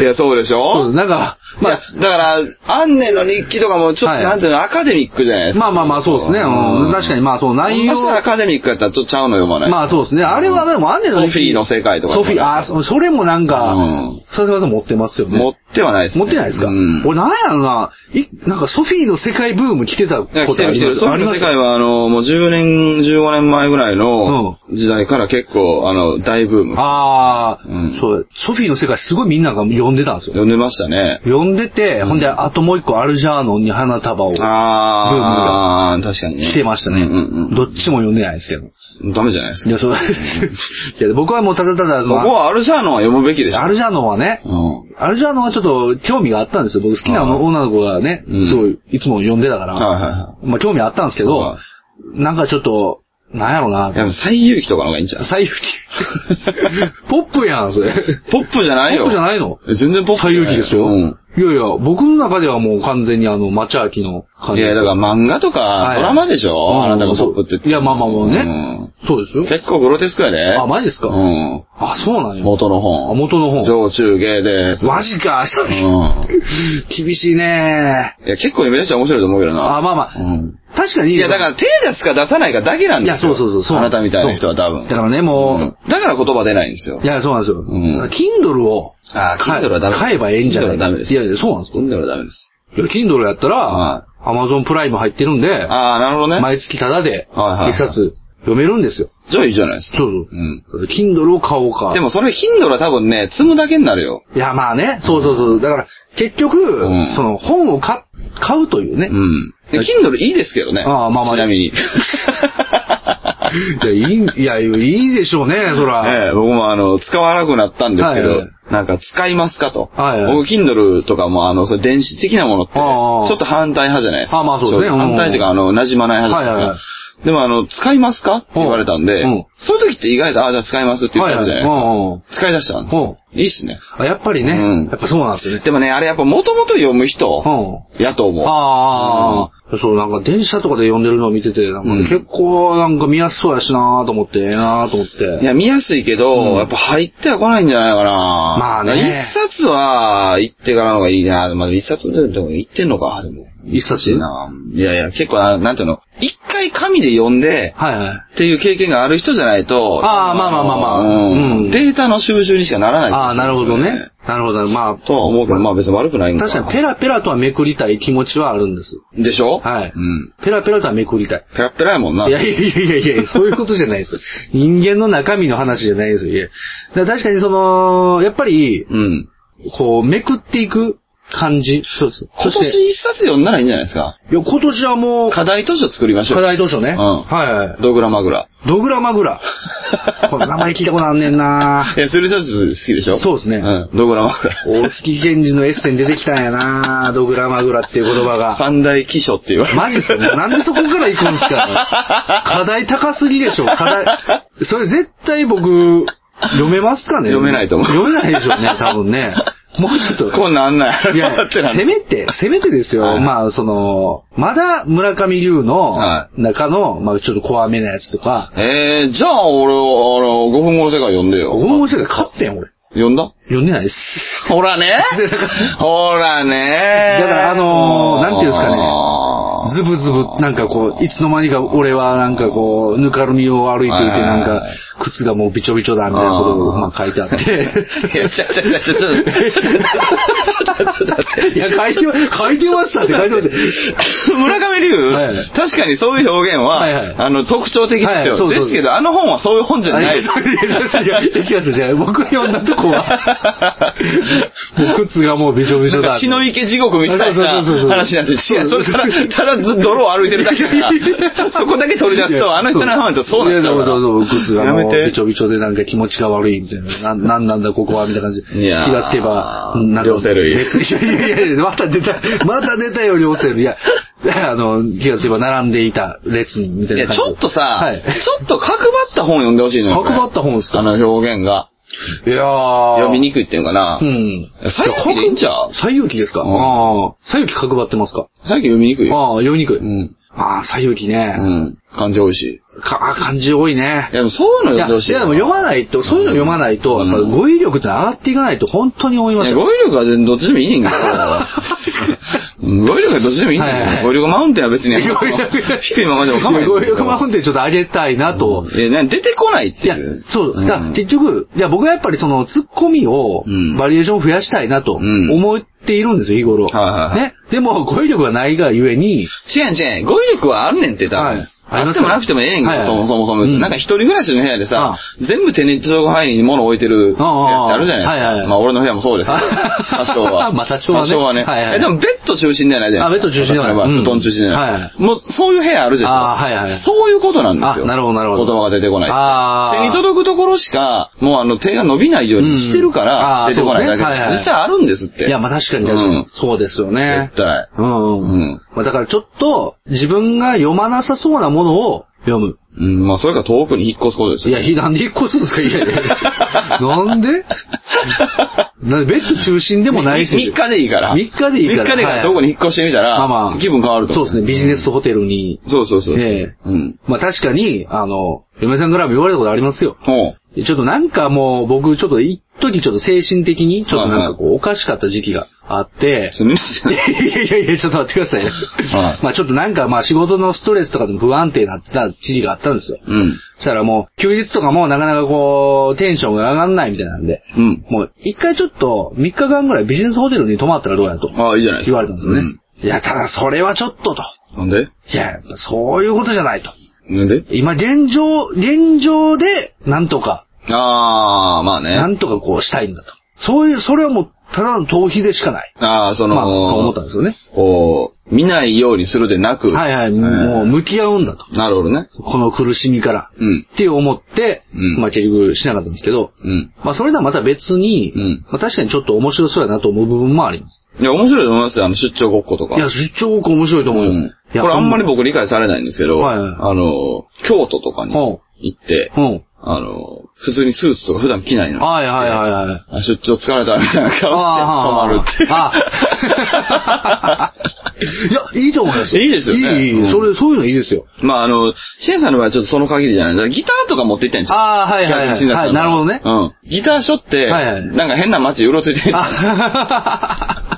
Speaker 1: いや、そうでし
Speaker 2: そ
Speaker 1: ょ
Speaker 2: うなんか、
Speaker 1: ま
Speaker 2: ま
Speaker 1: あ
Speaker 2: あ、、
Speaker 1: だから、アンネの日記とかも、ちょっ
Speaker 2: は
Speaker 1: と、
Speaker 2: い
Speaker 1: なんていうの、アカデミックじゃないですか。
Speaker 2: まあまあまあそうですね。うん、確かにまあそう、内容
Speaker 1: も。しアカデミックやったら、ちょっとちゃうの読まない。
Speaker 2: まあそうですね。あれはでも、アンネの
Speaker 1: ソフィーの世界とかね
Speaker 2: ソフィー、あ、そそれもなんか
Speaker 1: うん、
Speaker 2: 笹山さん持ってますよね。
Speaker 1: 持ってはないです、ね。
Speaker 2: 持ってないですか、
Speaker 1: うん。
Speaker 2: 俺なんやろな、い、なんかソフィーの世界ブーム来てたこ
Speaker 1: いや
Speaker 2: と
Speaker 1: 来て
Speaker 2: あ
Speaker 1: る来
Speaker 2: り
Speaker 1: て
Speaker 2: ま
Speaker 1: る。
Speaker 2: す
Speaker 1: ソフィ
Speaker 2: あ
Speaker 1: ー
Speaker 2: り
Speaker 1: の
Speaker 2: ま
Speaker 1: 世
Speaker 2: す
Speaker 1: 界は、あの、もう10年、15年前ぐらいの時代から結構、あの、大ブーム。
Speaker 2: ああ、
Speaker 1: うん
Speaker 2: そう、ソフィーの世界すごいみんなが読んでたんですよ。
Speaker 1: 読んでましたね。
Speaker 2: 読んでて、ほんで、あともう一個アルジャーノンに花束を
Speaker 1: あー、確かにね。
Speaker 2: 来てましたね、
Speaker 1: うんうん
Speaker 2: どっちも読んでないですけど。
Speaker 1: うん。ダメじゃないです
Speaker 2: い
Speaker 1: か。
Speaker 2: や、そう、 いや、僕はもうただただ、
Speaker 1: そ
Speaker 2: そ
Speaker 1: こ
Speaker 2: の、
Speaker 1: はアルシャーノンは読むべきでしょ。
Speaker 2: アルジャーノンはね、
Speaker 1: うん。
Speaker 2: アルジャーノンはちょっと興味があったんですよ。僕好きな
Speaker 1: あー
Speaker 2: 女の子がね、
Speaker 1: うん
Speaker 2: すごい、いつも読んでたから、
Speaker 1: はいはいは
Speaker 2: まあ興味あったんですけど
Speaker 1: は、。、
Speaker 2: なんかちょっと、なんやろない
Speaker 1: でも、最遊記とかの方がいいんじゃない
Speaker 2: 最 優記。ポップやん、それ。
Speaker 1: ポップじゃないよ。
Speaker 2: ポップじゃないの
Speaker 1: え全然ポップ
Speaker 2: 最
Speaker 1: じゃ
Speaker 2: 優
Speaker 1: ない。
Speaker 2: 記ですよ。
Speaker 1: うん。
Speaker 2: いやいや、僕の中ではもう完全にあの、町明の感
Speaker 1: い
Speaker 2: じで
Speaker 1: や、
Speaker 2: す
Speaker 1: だ
Speaker 2: よ。
Speaker 1: から漫画とか、
Speaker 2: はい
Speaker 1: ドラマでしょ、
Speaker 2: うん
Speaker 1: あなたがポップって。
Speaker 2: いや、まあまあまあね。そうです
Speaker 1: うん
Speaker 2: よ。
Speaker 1: 結構グロテスクやで。
Speaker 2: あマジですか
Speaker 1: うん。
Speaker 2: あ、そうなんや。
Speaker 1: 元の
Speaker 2: あ
Speaker 1: 本。
Speaker 2: 元の本。
Speaker 1: 上中下で。
Speaker 2: マジか。
Speaker 1: う
Speaker 2: 厳しいね
Speaker 1: ん。いや、結構読み出したら面白いと思うけどな。
Speaker 2: あ、まあまあ。
Speaker 1: うん。
Speaker 2: 確かに。
Speaker 1: いや、だから手出すか出さないかだけなん
Speaker 2: いや、
Speaker 1: ですよ。
Speaker 2: そうそうそうそう。
Speaker 1: あなたみたいな人は多分。
Speaker 2: だからね、もう、
Speaker 1: うんだから言葉出ないんですよ
Speaker 2: い。や、そうなんですよ。
Speaker 1: うん
Speaker 2: Kindle を
Speaker 1: あー
Speaker 2: 買え
Speaker 1: Kindle はダメ
Speaker 2: 買えばええんじゃない
Speaker 1: Kindle はダメです
Speaker 2: いやいや、そうなんですか
Speaker 1: 読んだらダメです。
Speaker 2: いや、Kindle やった
Speaker 1: は
Speaker 2: ら、Amazon プライム入ってるんで、
Speaker 1: ああ、なるほどね。
Speaker 2: 毎月タダで
Speaker 1: はいはいはい
Speaker 2: 一冊読めるんですよ。
Speaker 1: じゃあいいじゃないですか。
Speaker 2: そう
Speaker 1: うん。
Speaker 2: そう。Kindle を買おうか。
Speaker 1: で、もそれ、頻度は多分ね、積むだけになるよ。
Speaker 2: いや、まあね、そうそうそう。だから、結局、
Speaker 1: ん
Speaker 2: その、本を買、買うというね
Speaker 1: う。ん。で、Kindle いいですけどね。
Speaker 2: ああまあまあ
Speaker 1: ちなみに。
Speaker 2: いや、いい、いや、いいでしょうね、そ
Speaker 1: え
Speaker 2: ら。
Speaker 1: え、僕もあの、使わなくなったんですけ
Speaker 2: はいは
Speaker 1: ど
Speaker 2: い、
Speaker 1: なんか使いますかと。
Speaker 2: はいはい
Speaker 1: 僕、Kindle とかも、あの、それ電子的なものって、ち
Speaker 2: ああああ
Speaker 1: ょっと反対派じゃないですか。
Speaker 2: あまあそうですね
Speaker 1: 正直
Speaker 2: うん
Speaker 1: 反対というか、あの、馴染まない派じゃない
Speaker 2: はいは
Speaker 1: で
Speaker 2: い
Speaker 1: すか。でも、あの、使いますかって言われたんで
Speaker 2: うん、
Speaker 1: そういう時って意外と、ああ、じゃあ使いますって言っ
Speaker 2: は
Speaker 1: た
Speaker 2: いは
Speaker 1: るじゃな
Speaker 2: い
Speaker 1: いですか。
Speaker 2: う
Speaker 1: 使
Speaker 2: ん
Speaker 1: い出したんですよ。いいっすね。
Speaker 2: うん。あやっぱりね、
Speaker 1: うん
Speaker 2: やっぱそうなんですよね。
Speaker 1: でもね、あれやっぱ元々読む人
Speaker 2: う、ん。
Speaker 1: やと思う。
Speaker 2: ああ、そう、なんか電車とかで読んでるのを見てて、なんか
Speaker 1: うん
Speaker 2: ね結構なんか見やすそうやしなーと思って、ええなーと思って。
Speaker 1: いや、見やすいけど、やっぱ入っては来ないんじゃないかな。
Speaker 2: まあね
Speaker 1: 一冊は、行ってからの方がいいな。まあ、一冊でも行ってんのか、でも。
Speaker 2: 一冊
Speaker 1: いいないやいや、結構な、なんていうの、一回紙で読んで、
Speaker 2: はいはい。
Speaker 1: っていう経験がある人じゃないと、
Speaker 2: ああまあまあまあまあ
Speaker 1: うん
Speaker 2: うん
Speaker 1: データの収集にしかならない、
Speaker 2: ああ、なるほどね。。なるほど。まあ、
Speaker 1: とは思うけど、まあ別に悪くないんか
Speaker 2: 確かにペラペラとはめくりたい気持ちはあるんです。
Speaker 1: に。でしょ
Speaker 2: はい
Speaker 1: うん。
Speaker 2: ペラペラとはめくりたい。
Speaker 1: ペラッペラやもんな。
Speaker 2: いやいやいやいやいや、そういうことじゃない です。人間の中身の話じゃないですよ。いやだから確かにその、やっぱり、
Speaker 1: うん。
Speaker 2: こう、めくっていく感じ。そうです。
Speaker 1: 今
Speaker 2: そして
Speaker 1: 年一冊読んだらいいんじゃないですか。
Speaker 2: いや、今年はもう、
Speaker 1: 課題図書作りましょ
Speaker 2: 課
Speaker 1: う。
Speaker 2: 題図書ね。
Speaker 1: うん
Speaker 2: はいはい。
Speaker 1: ドグラマグラ。
Speaker 2: ドグラ マグラ。この名前聞いたことあんねんない
Speaker 1: や、スルーシャツ好きでしょ
Speaker 2: そうですね
Speaker 1: うん。ドグラマグ
Speaker 2: 大
Speaker 1: ラ。
Speaker 2: 月健二のエッセイに出てきたんやなドグラマグラっていう言葉が。
Speaker 1: 三大奇書って言われる。
Speaker 2: マジっすかなんでそこから行くんです か課題高すぎでしょ課題。それ絶対僕、読めますかね
Speaker 1: 読めないと思う
Speaker 2: 読めないでしょうね、多分ね。もうちょっと。
Speaker 1: こんなんあんない。
Speaker 2: いや、
Speaker 1: ってなんだ
Speaker 2: せめて、せめてですよ。
Speaker 1: はい
Speaker 2: まあ、その、まだ村上龍の
Speaker 1: は
Speaker 2: 中の、まあ、ちょっと怖めなやつとか、
Speaker 1: えー、じゃあ俺、あの、5分後の世界読んでよ。
Speaker 2: 僕もして勝ってん、俺。
Speaker 1: 読んだ
Speaker 2: 読んでないです。
Speaker 1: ほらねほらね
Speaker 2: だからあのーなんていうんですかね
Speaker 1: ああー
Speaker 2: ズブズブ、なんかこう、いつの間にか俺はなんかこう、ぬかるみを歩いていて、
Speaker 1: はいはいはい
Speaker 2: なんか、靴がもうびちょびちょだ、みたいなことを、
Speaker 1: あー
Speaker 2: まあ書いてあって。
Speaker 1: いや、ちょ、ちょ、ちょ、ちょ、ちょ、ち
Speaker 2: いや、書いて、書いてましたって書いてました。
Speaker 1: ょ村上龍、
Speaker 2: はいはい
Speaker 1: 確かにそういう表現は、
Speaker 2: はいはい
Speaker 1: あの、特徴的ですよ、
Speaker 2: はいそうそうそう
Speaker 1: ですけど、あの本はそういう本じゃ ない。
Speaker 2: いやいやいや違う違う違う。僕が読んだとこ は、もう靴がもうびしょびし
Speaker 1: な
Speaker 2: ょ
Speaker 1: んか
Speaker 2: だ。
Speaker 1: 血の池地獄みたいな
Speaker 2: そうそうそうそう
Speaker 1: 話なんで、違う、それただ、ただず泥を歩いてるだけだから、 そこだけ取り出すと、あの人の話とそうなっちゃう
Speaker 2: いや
Speaker 1: から。
Speaker 2: そうそうそう、靴が
Speaker 1: や
Speaker 2: もう
Speaker 1: め
Speaker 2: び
Speaker 1: て
Speaker 2: ち。ょびちょでなんか気持ちが悪いみたいな。な、なんなんだここはみたいな感じで。
Speaker 1: いやー
Speaker 2: 気がつけば、なんか。
Speaker 1: 両生類
Speaker 2: 別にいやいやいや、また出た、また出たよ、両生類。いや、あの、気がつけば並んでいた列に、みたい
Speaker 1: い
Speaker 2: な
Speaker 1: や、
Speaker 2: 感
Speaker 1: ち
Speaker 2: じで。
Speaker 1: ょっとさ、
Speaker 2: はい
Speaker 1: ちょっと角張った本読んでほしいのよ。これ
Speaker 2: 角張った本ですか
Speaker 1: あの表現が。
Speaker 2: いやー。
Speaker 1: 読みにくいっていうのかな。
Speaker 2: うん。
Speaker 1: 西遊記でいいんちゃう
Speaker 2: 最遊記ですか、
Speaker 1: うん
Speaker 2: ああ。最遊記角張ってますか
Speaker 1: 最近読みにくいよ。
Speaker 2: ああ、読みにくい。
Speaker 1: うん。
Speaker 2: ああ、最遊記ね。
Speaker 1: うん。漢字多いし。
Speaker 2: か、あ漢字多いね
Speaker 1: い。や、でもそういうの読ん
Speaker 2: い
Speaker 1: で
Speaker 2: や、いや
Speaker 1: ほしい。。
Speaker 2: でも読まないいと、そういうの読まないと、
Speaker 1: う
Speaker 2: や
Speaker 1: ん
Speaker 2: っぱ語彙力って上がっていかないと本当に思い
Speaker 1: い
Speaker 2: ま
Speaker 1: や
Speaker 2: す
Speaker 1: 語
Speaker 2: よ。
Speaker 1: 彙力は全然どっちでもいいねんけ ど。うん語彙力はどっちでもいいねん
Speaker 2: はいはいは
Speaker 1: けど。
Speaker 2: い
Speaker 1: 語彙力マウンテンは別に
Speaker 2: 語彙力
Speaker 1: 低いままでも構わない。
Speaker 2: 語彙力マウンテンちょっと上げたいなと。
Speaker 1: ン。いや、なんか出てこないって
Speaker 2: いや
Speaker 1: いう。、
Speaker 2: そう。だから
Speaker 1: ん
Speaker 2: 結局、いや、僕はやっぱりその、ツッコミを
Speaker 1: うん、
Speaker 2: バリエーションを増やしたいなと、
Speaker 1: うん
Speaker 2: 思っているんですよ、日頃。
Speaker 1: はいはいはい
Speaker 2: ね。でも、語彙力がないがゆえに、
Speaker 1: 違う違う。語彙力はあんねんって多分。
Speaker 2: はい
Speaker 1: あってもなくてもええねんけど、
Speaker 2: はいはい
Speaker 1: そもそもそも。
Speaker 2: うん
Speaker 1: なんか一人暮らしの部屋でさ
Speaker 2: あ、
Speaker 1: 全部手に届く範囲に物置いてる部屋ってあるじゃ
Speaker 2: ああああ
Speaker 1: な
Speaker 2: はい
Speaker 1: い
Speaker 2: はい
Speaker 1: まあ俺の部屋もそうです けど。
Speaker 2: あ
Speaker 1: 多少は。
Speaker 2: まあ多少はね
Speaker 1: 多少はね。
Speaker 2: はいはい
Speaker 1: えでもベッド中心ではないじゃない
Speaker 2: あベッド中心ではない
Speaker 1: 私の場合
Speaker 2: うん
Speaker 1: 布団中心では
Speaker 2: はい
Speaker 1: な。
Speaker 2: はい
Speaker 1: もうそういう部屋あるでしょ。
Speaker 2: ああはいはい
Speaker 1: そういうことなんですよ。
Speaker 2: あなるほどなるほど
Speaker 1: 言葉が出てこない。
Speaker 2: ああ
Speaker 1: 手に届くところしか、もうあの手が伸びないようにしてるか
Speaker 2: うんあ
Speaker 1: ら、
Speaker 2: あ
Speaker 1: 出てこないだけ
Speaker 2: そうねはいは
Speaker 1: で。
Speaker 2: い
Speaker 1: 実際あるんですって。
Speaker 2: いや、まあ確かに確か
Speaker 1: う
Speaker 2: に
Speaker 1: ん。
Speaker 2: そうですよね。
Speaker 1: 絶対。
Speaker 2: うんうん。
Speaker 1: うん
Speaker 2: まあだからちょっと、自分が読まなさそうなものを読む。
Speaker 1: うん、まあそれか遠くに引っ越すことです
Speaker 2: い
Speaker 1: よ
Speaker 2: や、
Speaker 1: ね。
Speaker 2: ひなんで引っ越すんですかいやいや。なんでなんでベッド中心でもないし。
Speaker 1: 3日でいいから。
Speaker 2: 3日でいいから
Speaker 1: 3日でいいか
Speaker 2: は
Speaker 1: ら、
Speaker 2: い
Speaker 1: どこに引っ越してみた
Speaker 2: まあま
Speaker 1: ら
Speaker 2: あ、
Speaker 1: 気分変わると
Speaker 2: そ
Speaker 1: 思
Speaker 2: うですね、ビジネスホテルに。
Speaker 1: そうそうそう。
Speaker 2: ええ
Speaker 1: うん。
Speaker 2: まあ確かに、あの、嫁さんからも言われたことありますよ。
Speaker 1: ほ
Speaker 2: ちょっとなんかもう、僕、ちょっと、一時ちょっと精神的に、ちょっとなんかこう、おかしかった時期があって
Speaker 1: う。、すみませ
Speaker 2: い
Speaker 1: ん。
Speaker 2: やいやいや、ちょっと待ってくださいよ。
Speaker 1: はい
Speaker 2: まあちょっとなんか、まあ仕事のストレスとかでも不安定になってた時期があったんですよ。
Speaker 1: うん。
Speaker 2: そしたらもう、休日とかもなかなかこう、テンションが上がんないみたいなんで、
Speaker 1: うん。
Speaker 2: もう一回ちょっと、3日間ぐらいビジネスホテルに泊まったらどうやと
Speaker 1: ああ、いいじゃないです
Speaker 2: 言
Speaker 1: か。
Speaker 2: われたんですよね。
Speaker 1: うん
Speaker 2: いや、ただそれはちょっとと。
Speaker 1: なんで
Speaker 2: いや、やっぱそういうことじゃないと。
Speaker 1: なんで
Speaker 2: 今、現状、現状で、なんとか、
Speaker 1: ああ、まあ
Speaker 2: な
Speaker 1: ね。
Speaker 2: んとかこうしたいんだと。そういう、それはもう、ただの逃避でしかない。
Speaker 1: ああ、その、
Speaker 2: まあ、と思ったんですよね。
Speaker 1: こう、見ないようにするでなく。
Speaker 2: はいはい、
Speaker 1: ええ
Speaker 2: もう向き合うんだと。
Speaker 1: なるほどね。
Speaker 2: この苦しみから。
Speaker 1: うん。
Speaker 2: って思って、
Speaker 1: うん
Speaker 2: まあ結局しなかったんですけど、
Speaker 1: うん。
Speaker 2: まあそれとはまた別に、
Speaker 1: うん
Speaker 2: まあ確かにちょっと面白そうやなと思う部分もあります。
Speaker 1: いや、面白いと思いますよ。あの、出張ごっことか。
Speaker 2: いや、出張多く面白いと
Speaker 1: う
Speaker 2: 思うよ。
Speaker 1: ん。
Speaker 2: いや
Speaker 1: これあんまり僕理解されないんですけど、
Speaker 2: はい
Speaker 1: あ
Speaker 2: はい
Speaker 1: の、京都とかに行っ
Speaker 2: ほ
Speaker 1: て
Speaker 2: う、ん。
Speaker 1: あの、普通にスーツとか普段着ないの。
Speaker 2: はいはいはいはい。
Speaker 1: あ出張疲れたみたいな顔して泊まるって。
Speaker 2: あ いや、いいと思います。
Speaker 1: いいですよね
Speaker 2: いい、いい、
Speaker 1: うん
Speaker 2: それ、そういうのいいです限り
Speaker 1: まああの、シエンさんの場合はちょっとその限りじゃない。だからギターとか持って行ったん
Speaker 2: で
Speaker 1: ですす
Speaker 2: よ。
Speaker 1: よ。
Speaker 2: ああ、はいはい
Speaker 1: 逆
Speaker 2: は
Speaker 1: に
Speaker 2: い。
Speaker 1: 新田さん
Speaker 2: はい、なるほどね。
Speaker 1: うん。ギターショって、
Speaker 2: はいはい
Speaker 1: なんか変な街うろついてる。
Speaker 2: あ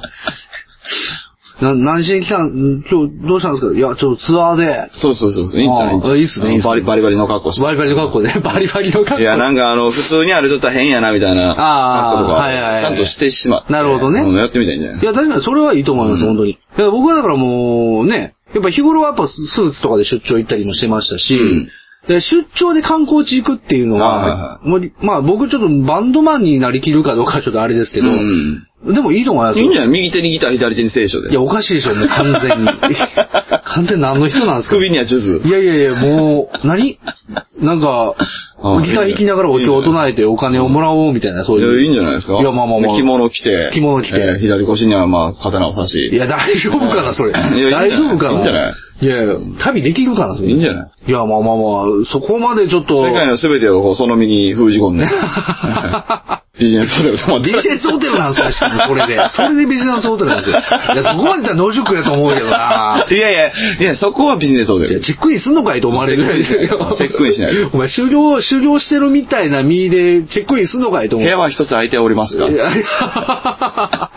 Speaker 2: な、何しに来たん今日、どうしたんですかいや、ちょっとツアーで、
Speaker 1: そうそうそうそう。いいんじゃない
Speaker 2: あーいいっすねいいっすね
Speaker 1: バリバリバリの格好して。
Speaker 2: バリバリの格好で、バリバリの格好。
Speaker 1: いや、なんかあの、普通に歩いとったら変やな、みたいな
Speaker 2: あー
Speaker 1: 格好とか、
Speaker 2: はいはいはい
Speaker 1: ちゃんとしてしまって。
Speaker 2: なるほどね
Speaker 1: うんやってみたいんじゃない
Speaker 2: いや、確かにそれはいいと思います、
Speaker 1: うん
Speaker 2: 本当に。いや、僕はだからもう、ね、やっぱ日頃はやっぱスーツとかで出張行ったりもしてましたし、
Speaker 1: うん
Speaker 2: で出張で観光地行くっていうの
Speaker 1: あ
Speaker 2: は、もうまあ僕ちょっとバンドマンになりきるかどうかちょっとあれですけど、
Speaker 1: うん
Speaker 2: でもいいと思います
Speaker 1: いいん
Speaker 2: よ。
Speaker 1: じゃない右手にギター、左手に聖書で。
Speaker 2: いや、おかしいでしょ、もう完全に。完全に何の人なんですか
Speaker 1: 首にはジュズ
Speaker 2: い。やいやいや、もう、何なんか
Speaker 1: あ、
Speaker 2: ギター弾きながらお経を唱えてお金をもらおうみたいな、そう
Speaker 1: いや、いいん
Speaker 2: いう。
Speaker 1: じゃないですか
Speaker 2: いやまあまあまあ
Speaker 1: 着物着て。
Speaker 2: 着物着て
Speaker 1: えー左腰にはまあ、刀を刺し。
Speaker 2: いや、大丈夫かな、それ。
Speaker 1: いやいいんじゃない
Speaker 2: 大丈夫かない
Speaker 1: いんじゃない
Speaker 2: いやいや、旅できるかな、それ。
Speaker 1: いいんじゃない
Speaker 2: いや、まあまあまあ、そこまでちょっと。
Speaker 1: 世界の全てをこうその身に封じ込ん で。ビジネスホテルとも
Speaker 2: ビジネスホテルなんですか、しかもそ れで。それでビジネスホテルなんですよ。いや、そこまでじゃ野宿やと思うけどな。
Speaker 1: いやいや、いや、そこはビジネスホテ
Speaker 2: いや
Speaker 1: ル。
Speaker 2: チェックインすんのかいと思われるぐらいです よ
Speaker 1: チェックインしない
Speaker 2: お前、修行、修行してるみたいな身で、チェックインすんのかいと
Speaker 1: 部
Speaker 2: 思う。
Speaker 1: 屋は一つ空いておりますが。
Speaker 2: いやいや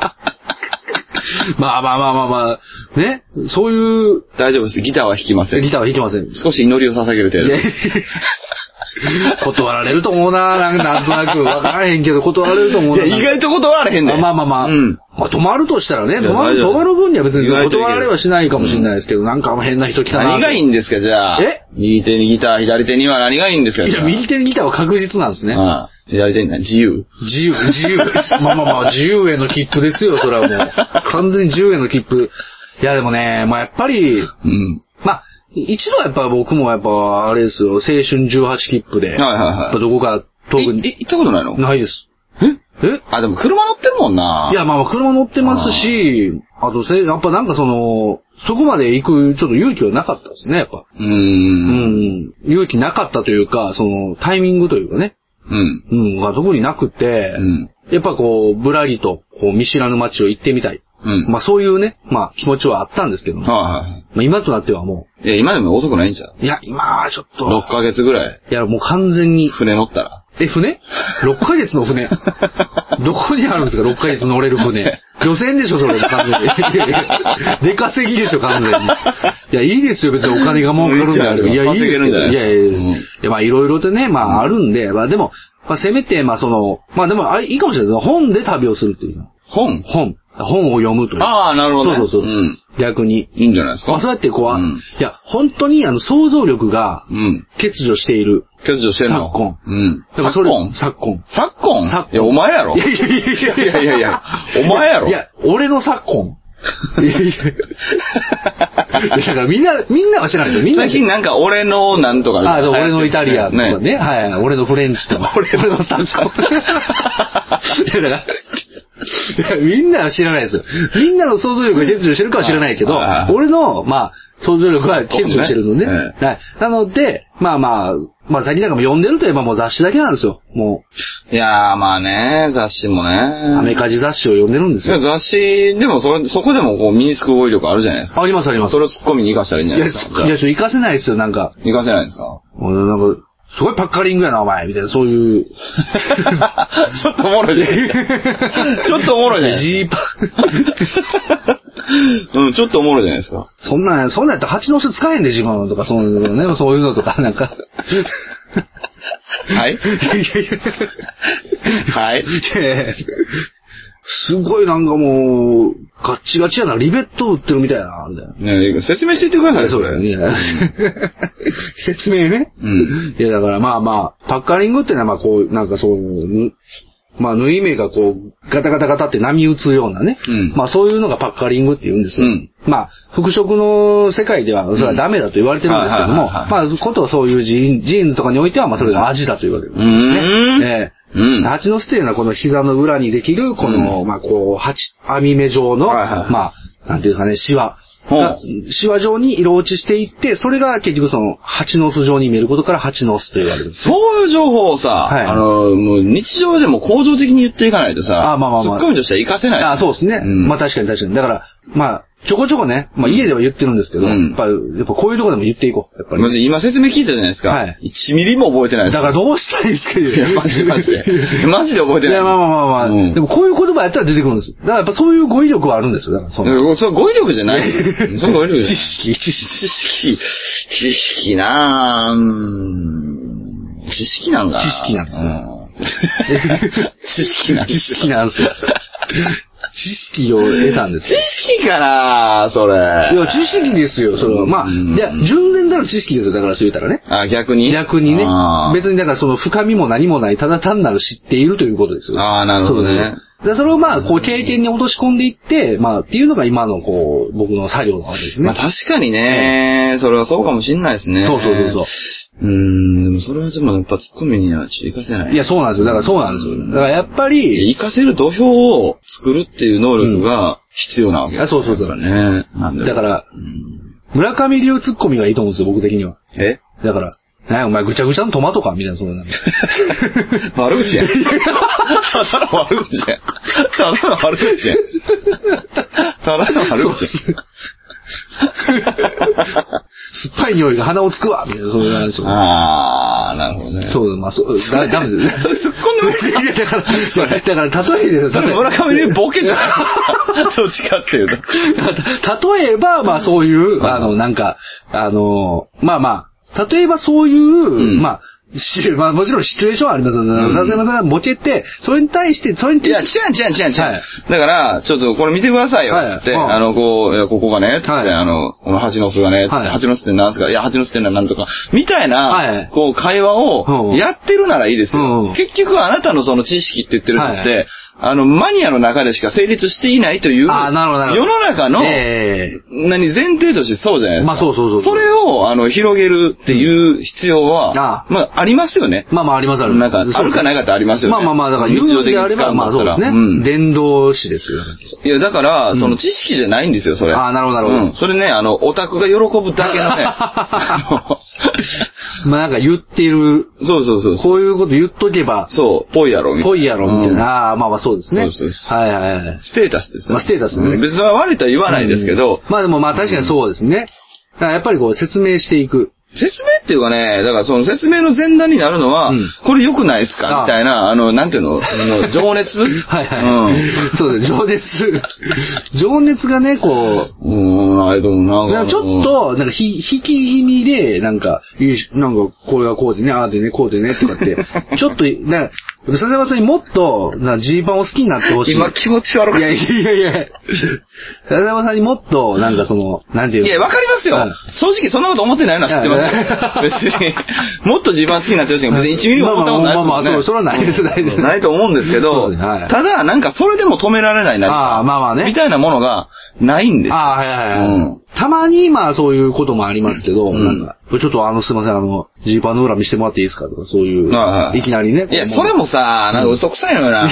Speaker 2: まあまあまあまあまあ、ね、そういう、
Speaker 1: 大丈夫です。ギターは弾きません
Speaker 2: ギ。ターは弾きま せん。
Speaker 1: 少し祈りを捧げる程
Speaker 2: いや
Speaker 1: 度。
Speaker 2: 断られると思うななんなんとなく。わからへんけど、断られると思うない
Speaker 1: や、意外と断られへんねん。
Speaker 2: まあまあまあ。
Speaker 1: うん。
Speaker 2: まあ、止まるとしたらね、
Speaker 1: いや
Speaker 2: 止ま
Speaker 1: 大
Speaker 2: る、
Speaker 1: 丈夫
Speaker 2: 止まる分には別に
Speaker 1: 意外といける
Speaker 2: 断られはしないかもしれないですけど、なんかあの変な人来たなと
Speaker 1: 何がいいんですか、じゃあ。
Speaker 2: え
Speaker 1: 右手にギター、左手には何がいいんですか
Speaker 2: い
Speaker 1: じゃ
Speaker 2: や、
Speaker 1: あ
Speaker 2: 右手にギターは確実なんですね。
Speaker 1: ああ左手に何自由。
Speaker 2: 自由、自由。 まあまあまあ、自由への切符ですよ、それはもう。完全に自由への切符。いや、でもね、まあやっぱり、
Speaker 1: うん。
Speaker 2: まあ、一度はやっぱ僕もやっぱ、あれですよ、青春18切符
Speaker 1: は
Speaker 2: で、
Speaker 1: いはいはい
Speaker 2: やっぱどこか遠く
Speaker 1: い
Speaker 2: に、
Speaker 1: い行ったことないの
Speaker 2: ないです。ええ。
Speaker 1: あ、でも車乗ってるもんない
Speaker 2: や、まあまあ、車乗ってますし、あとせ、やっぱなんかその、そこまで行く、ちょっと勇気はなかったですね、やっぱ。
Speaker 1: うー。
Speaker 2: うんん。勇気なかったというか、その、タイミングというかね。
Speaker 1: うん。
Speaker 2: うん、が特になくて、
Speaker 1: うん
Speaker 2: やっぱこう、ぶらりと、こう、見知らぬ街を行ってみたい。
Speaker 1: うん。
Speaker 2: まあそういうね、まあ気持ちはあったんですけども、
Speaker 1: はいは
Speaker 2: まあ今となってはも
Speaker 1: い。いや、今でも遅くないんちゃう
Speaker 2: う、いや、今はちょっと、
Speaker 1: 6ヶ月ぐらい、
Speaker 2: いや、もう完全に、
Speaker 1: 船乗ったら。
Speaker 2: え、船 ?6 ヶ月 の船。どこにあるんですか ?6 ヶ月乗れる船。漁船でしょ、それ。完全に。出 稼ぎでしょ、完全に。いや、いいですよ、別にお金が儲かる
Speaker 1: い
Speaker 2: んだ
Speaker 1: い
Speaker 2: い
Speaker 1: じゃ
Speaker 2: や、
Speaker 1: ん
Speaker 2: いいです
Speaker 1: 稼げ
Speaker 2: けどいやい
Speaker 1: るん
Speaker 2: やい
Speaker 1: じゃ
Speaker 2: や
Speaker 1: ない
Speaker 2: いや、まあ、いろいろとね、まあ、あるんで、まあ、でも、まあ、せめて、まあ、その、まあ、でも、あれ、いいかもしれない。本で旅をするっていうの。
Speaker 1: 本
Speaker 2: 本。本を読むという。
Speaker 1: ああ、なるほど、ね。
Speaker 2: そうそうそう。
Speaker 1: ん。
Speaker 2: 逆に。
Speaker 1: いいんじゃないですか。
Speaker 2: まあ、そうやって、こう、
Speaker 1: うん。
Speaker 2: いや、本当に、あの、想像力が
Speaker 1: うん。
Speaker 2: 欠如している。
Speaker 1: 欠如してんの。
Speaker 2: 昨今
Speaker 1: うん。
Speaker 2: でもそれ
Speaker 1: 昨今
Speaker 2: 昨今。
Speaker 1: 昨今
Speaker 2: 昨今
Speaker 1: いや、お前やろ。
Speaker 2: いやいやいやいや
Speaker 1: いやいやいやお前やろ
Speaker 2: いや、俺の昨今。いやいやいやだからみんな、みんなは知らないですよ。みんな
Speaker 1: 最近なんか俺のなんとか
Speaker 2: あ、そう俺のイタリアンとか
Speaker 1: ね。
Speaker 2: ね。はい。俺のフレンチとか。俺の昨今。いやだからいやみんなは知らないですよ。みんなの想像力が欠如してるかは知らないけど
Speaker 1: はいはい、
Speaker 2: 俺の、まあ、想像力が欠如してるのね。
Speaker 1: そうね
Speaker 2: はい。なので、まあまあ、まあ最近なんかも読んでるといえばもう雑誌だけなんですよ。も
Speaker 1: いやー、まあね、雑誌もね。
Speaker 2: う、アメカジ雑誌を読んでるんです
Speaker 1: いや
Speaker 2: よ。
Speaker 1: 雑誌、でもそれ、そこでもこう身につく語彙力あるじゃないですか。
Speaker 2: ありますあります
Speaker 1: そ。れを突っ込みに活かしたらいいんじゃ
Speaker 2: い
Speaker 1: ない
Speaker 2: や、
Speaker 1: で
Speaker 2: つ
Speaker 1: す
Speaker 2: い
Speaker 1: か。
Speaker 2: や、ちょ、行かせないですよ、なんか。
Speaker 1: 活かせないんです か
Speaker 2: 俺なんか、すごいパッカリングやな、お前、みたいな、そう いう。
Speaker 1: ちょっとおもろいじゃない ですか。ちょっとおもろいじゃないですか。
Speaker 2: ジーパン。
Speaker 1: うん、ちょっとおもろいじゃないですか。
Speaker 2: そんなん、そんなんやったら蜂の巣使えんで、自分とか、そういうのね、そういうのとか、なんか。
Speaker 1: はい
Speaker 2: いやいやいや
Speaker 1: はい。
Speaker 2: いやいや。すごいなんかもう、ガッチガチやな、リベット売ってるみたいやな、みたいな。
Speaker 1: ね説明していってください、
Speaker 2: そうだよね。いや 説明ね。
Speaker 1: うん。
Speaker 2: いや、だからまあまあ、パッカリングってのはまあこう、なんかそう、ぬまあ縫い目がこう、ガタガタガタって波打つようなね。
Speaker 1: うん
Speaker 2: まあそういうのがパッカリングって言うんですよ。
Speaker 1: うん
Speaker 2: まあ、服飾の世界ではそれはダメだと言われてるんですけど
Speaker 1: うん
Speaker 2: も、
Speaker 1: はいはい
Speaker 2: まあ、ことはそういうジーンジーンズとかにおいてはまあそれが味だというわけです。
Speaker 1: うーん
Speaker 2: ね
Speaker 1: う
Speaker 2: え
Speaker 1: ん。
Speaker 2: 蜂の巣というのはこの膝の裏にできる、この、まあこう、蜂、網目状の、
Speaker 1: はいはい
Speaker 2: まあ、なんていうかね、シワ。
Speaker 1: ほう
Speaker 2: がシワ状に色落ちしていって、それが結局その、蜂の巣状に見えることから蜂の巣と言われる。
Speaker 1: そういう情報をさ、
Speaker 2: はい
Speaker 1: あの、もう日常でも向上的に言っていかないとさ、
Speaker 2: あまあまあまあ
Speaker 1: ツッコミとしては活かせない。
Speaker 2: あそうですね。
Speaker 1: うん
Speaker 2: まあ確かに確かに。だから、まあ、ちょこちょこね、まあ家では言ってるんですけど、
Speaker 1: うん
Speaker 2: やっぱ、やっぱこういうとこでも言っていこう。やっぱり
Speaker 1: ま。ず今説明聞いたじゃないですか。
Speaker 2: はい
Speaker 1: 1ミリも覚えてないで
Speaker 2: だ
Speaker 1: す。
Speaker 2: からどうしたらいいですか
Speaker 1: いや、マジマジで。マジで覚えてない。
Speaker 2: いや、まあまあまあまあ、
Speaker 1: うん
Speaker 2: でもこういう言葉やったら出てくるんです。だからやっぱそういう語彙力はあるんですよ。だからその
Speaker 1: それ語彙力じゃ ない。それ語彙力じゃない。
Speaker 2: 識、知
Speaker 1: 知識、
Speaker 2: 識。
Speaker 1: 知識なぁ、うーん知識なんだ。
Speaker 2: 知識なんですよ
Speaker 1: よ。知識なん
Speaker 2: 知
Speaker 1: ですよ
Speaker 2: 識なんですよ。知識を得たんです
Speaker 1: 知
Speaker 2: よ。
Speaker 1: 識かなぁ、そ
Speaker 2: い
Speaker 1: れ。
Speaker 2: や、知識ですよ、それは。まあ、
Speaker 1: うん
Speaker 2: いや、純然なる知識ですよ、だからそう言ったらね。
Speaker 1: あ、逆に
Speaker 2: 逆にね
Speaker 1: あ。ー
Speaker 2: 別にだからその深みも何もない、ただ単なる知っているということですよ。
Speaker 1: あーなるほどね
Speaker 2: そうですでそれをまあ、こう経験に落とし込んでいって、まあ、っていうのが今のこう、僕の作業なわけですね。
Speaker 1: まあ確かにね、それはそうかもしんないですね。
Speaker 2: そうそうそうそう。
Speaker 1: う。うーん、でもそれはちょっとやっぱ突っ込みにはちょっと活かせない。
Speaker 2: いや、そうなんですよ。だからそうなんですよ。だからやっぱり、
Speaker 1: 活かせる土俵を作るっていう能力が必要なわけ
Speaker 2: あそうそうそう
Speaker 1: だからね。なん。
Speaker 2: だからら、村上流ツッコミがいいと思うんですよ、僕的には。
Speaker 1: え
Speaker 2: だから、なにお前ぐちゃぐちゃのトマトかみたいな、そういうなんか。
Speaker 1: 悪口やん。ただの悪口やん。ただの悪口やん。ただの悪口やん。
Speaker 2: 酸っぱい匂いが鼻をつくわみたいな、そういう話を。
Speaker 1: あー、なるほどね。
Speaker 2: そう、まあ、そう、だ、ダメですね。
Speaker 1: それ突っ込んで
Speaker 2: いや、だから、いや だから、例えで、
Speaker 1: それ村上龍ボケじゃない どっちかっていうと。
Speaker 2: 例えば、まあそういう、あの、なんか、あの、まあまあ、例えばそういう、
Speaker 1: ん
Speaker 2: まあ、し、まあもちろんシチュエーションはありますよね。
Speaker 1: ん
Speaker 2: 笹山さんがボケて、それに対して、それに
Speaker 1: いや、違
Speaker 2: 対して、
Speaker 1: う違う違う違う。
Speaker 2: はい
Speaker 1: だから、ちょっとこれ見てくださいよ、つって、
Speaker 2: はいうん
Speaker 1: あの、こう、いやここがね、つって、
Speaker 2: はい
Speaker 1: あの、この蜂の巣がね、つって
Speaker 2: はい
Speaker 1: 蜂の巣って何すか、いや、蜂の巣って何とか、みたいな、
Speaker 2: はい
Speaker 1: こう、会話
Speaker 2: う
Speaker 1: を
Speaker 2: ん
Speaker 1: やってるならいいですよ。
Speaker 2: うん
Speaker 1: 結局、あなたのその知識って言ってるのって、
Speaker 2: は
Speaker 1: あの、マニアの中でしか成立していないという、
Speaker 2: あーなるほどなる
Speaker 1: 世
Speaker 2: ほ
Speaker 1: の
Speaker 2: ど
Speaker 1: 中の、
Speaker 2: ええ
Speaker 1: 何前提としてそうじゃないですか。
Speaker 2: まあそうそうそう
Speaker 1: それを、あの、広げるっていう必要は、
Speaker 2: うんあ
Speaker 1: まあ、ありますよね。
Speaker 2: まあまあありますある。
Speaker 1: なんか
Speaker 2: そう
Speaker 1: あるかないかってありますよね
Speaker 2: まあまあまあ、だから、
Speaker 1: 日常的に使
Speaker 2: で
Speaker 1: うん
Speaker 2: あ
Speaker 1: だ
Speaker 2: れ
Speaker 1: ったら
Speaker 2: ば、まあそうですね
Speaker 1: うん。
Speaker 2: 伝道師ですよ。
Speaker 1: いや、だから、
Speaker 2: ん
Speaker 1: その知識じゃないんですよ、それ。
Speaker 2: あーなるほどなるほど
Speaker 1: うん。それね、あの、オタクが喜ぶだけのねあ
Speaker 2: まあなんか言ってる、
Speaker 1: の。そうそうそうそう。
Speaker 2: こういうこと言っとけば、
Speaker 1: そう、ぽいやろ、みたいな。
Speaker 2: ぽいやろ、みたい
Speaker 1: うん。
Speaker 2: な。ああ、まあまあそうですね。
Speaker 1: そうですそうです
Speaker 2: はいはいはい。
Speaker 1: ステータスですね。
Speaker 2: まあステータスね
Speaker 1: うん別に悪いとは言わないですけど、
Speaker 2: うんまあでもまあ確かにそうですね。だからやっぱりこう説明していく。
Speaker 1: 説明っていうかね、だからその説明の前段になるのは、
Speaker 2: うん
Speaker 1: これ良くないですか
Speaker 2: あ
Speaker 1: みたいな、あの、なんていうの、あ の情熱
Speaker 2: はいはい。
Speaker 1: うん。
Speaker 2: そうです。情熱。情熱 がね、こう、
Speaker 1: うーん、あれでもな
Speaker 2: なんんか
Speaker 1: か。
Speaker 2: ちょっと、なんかひ、引き気味で、なんか、いいしなんか、これはこうでね、ああでね、こうでね、とか って、ちょっと、なんか、笹山さんにもっと、なんかジーパンを好きになってほしい。
Speaker 1: 今気持ち悪く
Speaker 2: いやいやいやいや。笹山さんにもっと、なんかその、なんていうの
Speaker 1: いや、わかりますよ
Speaker 2: うん。
Speaker 1: 正直そんなこと思ってないのは知ってます よ。別に、もっと自分好きになってほしいけど別に1ミリも思ったことないですもんね。
Speaker 2: まあまあまあまあそうそれはないですないで す
Speaker 1: ないと思うんですけ
Speaker 2: そう
Speaker 1: ど、
Speaker 2: ですねはい
Speaker 1: ただ、なんかそれでも止められない何か
Speaker 2: ああ、まあまあね
Speaker 1: み。たいなものがないんです。
Speaker 2: ああ、はいはいはい。
Speaker 1: うん
Speaker 2: たまに、まあそういうこともありますけど、
Speaker 1: ん
Speaker 2: なんか、ちょっとあの、すいません、あの、ジーパンの裏見せてもらっていいですかとか、そういう、
Speaker 1: ああ
Speaker 2: いきなりね。
Speaker 1: いや、
Speaker 2: こう
Speaker 1: それ。もさ、なんか嘘くさいのよな。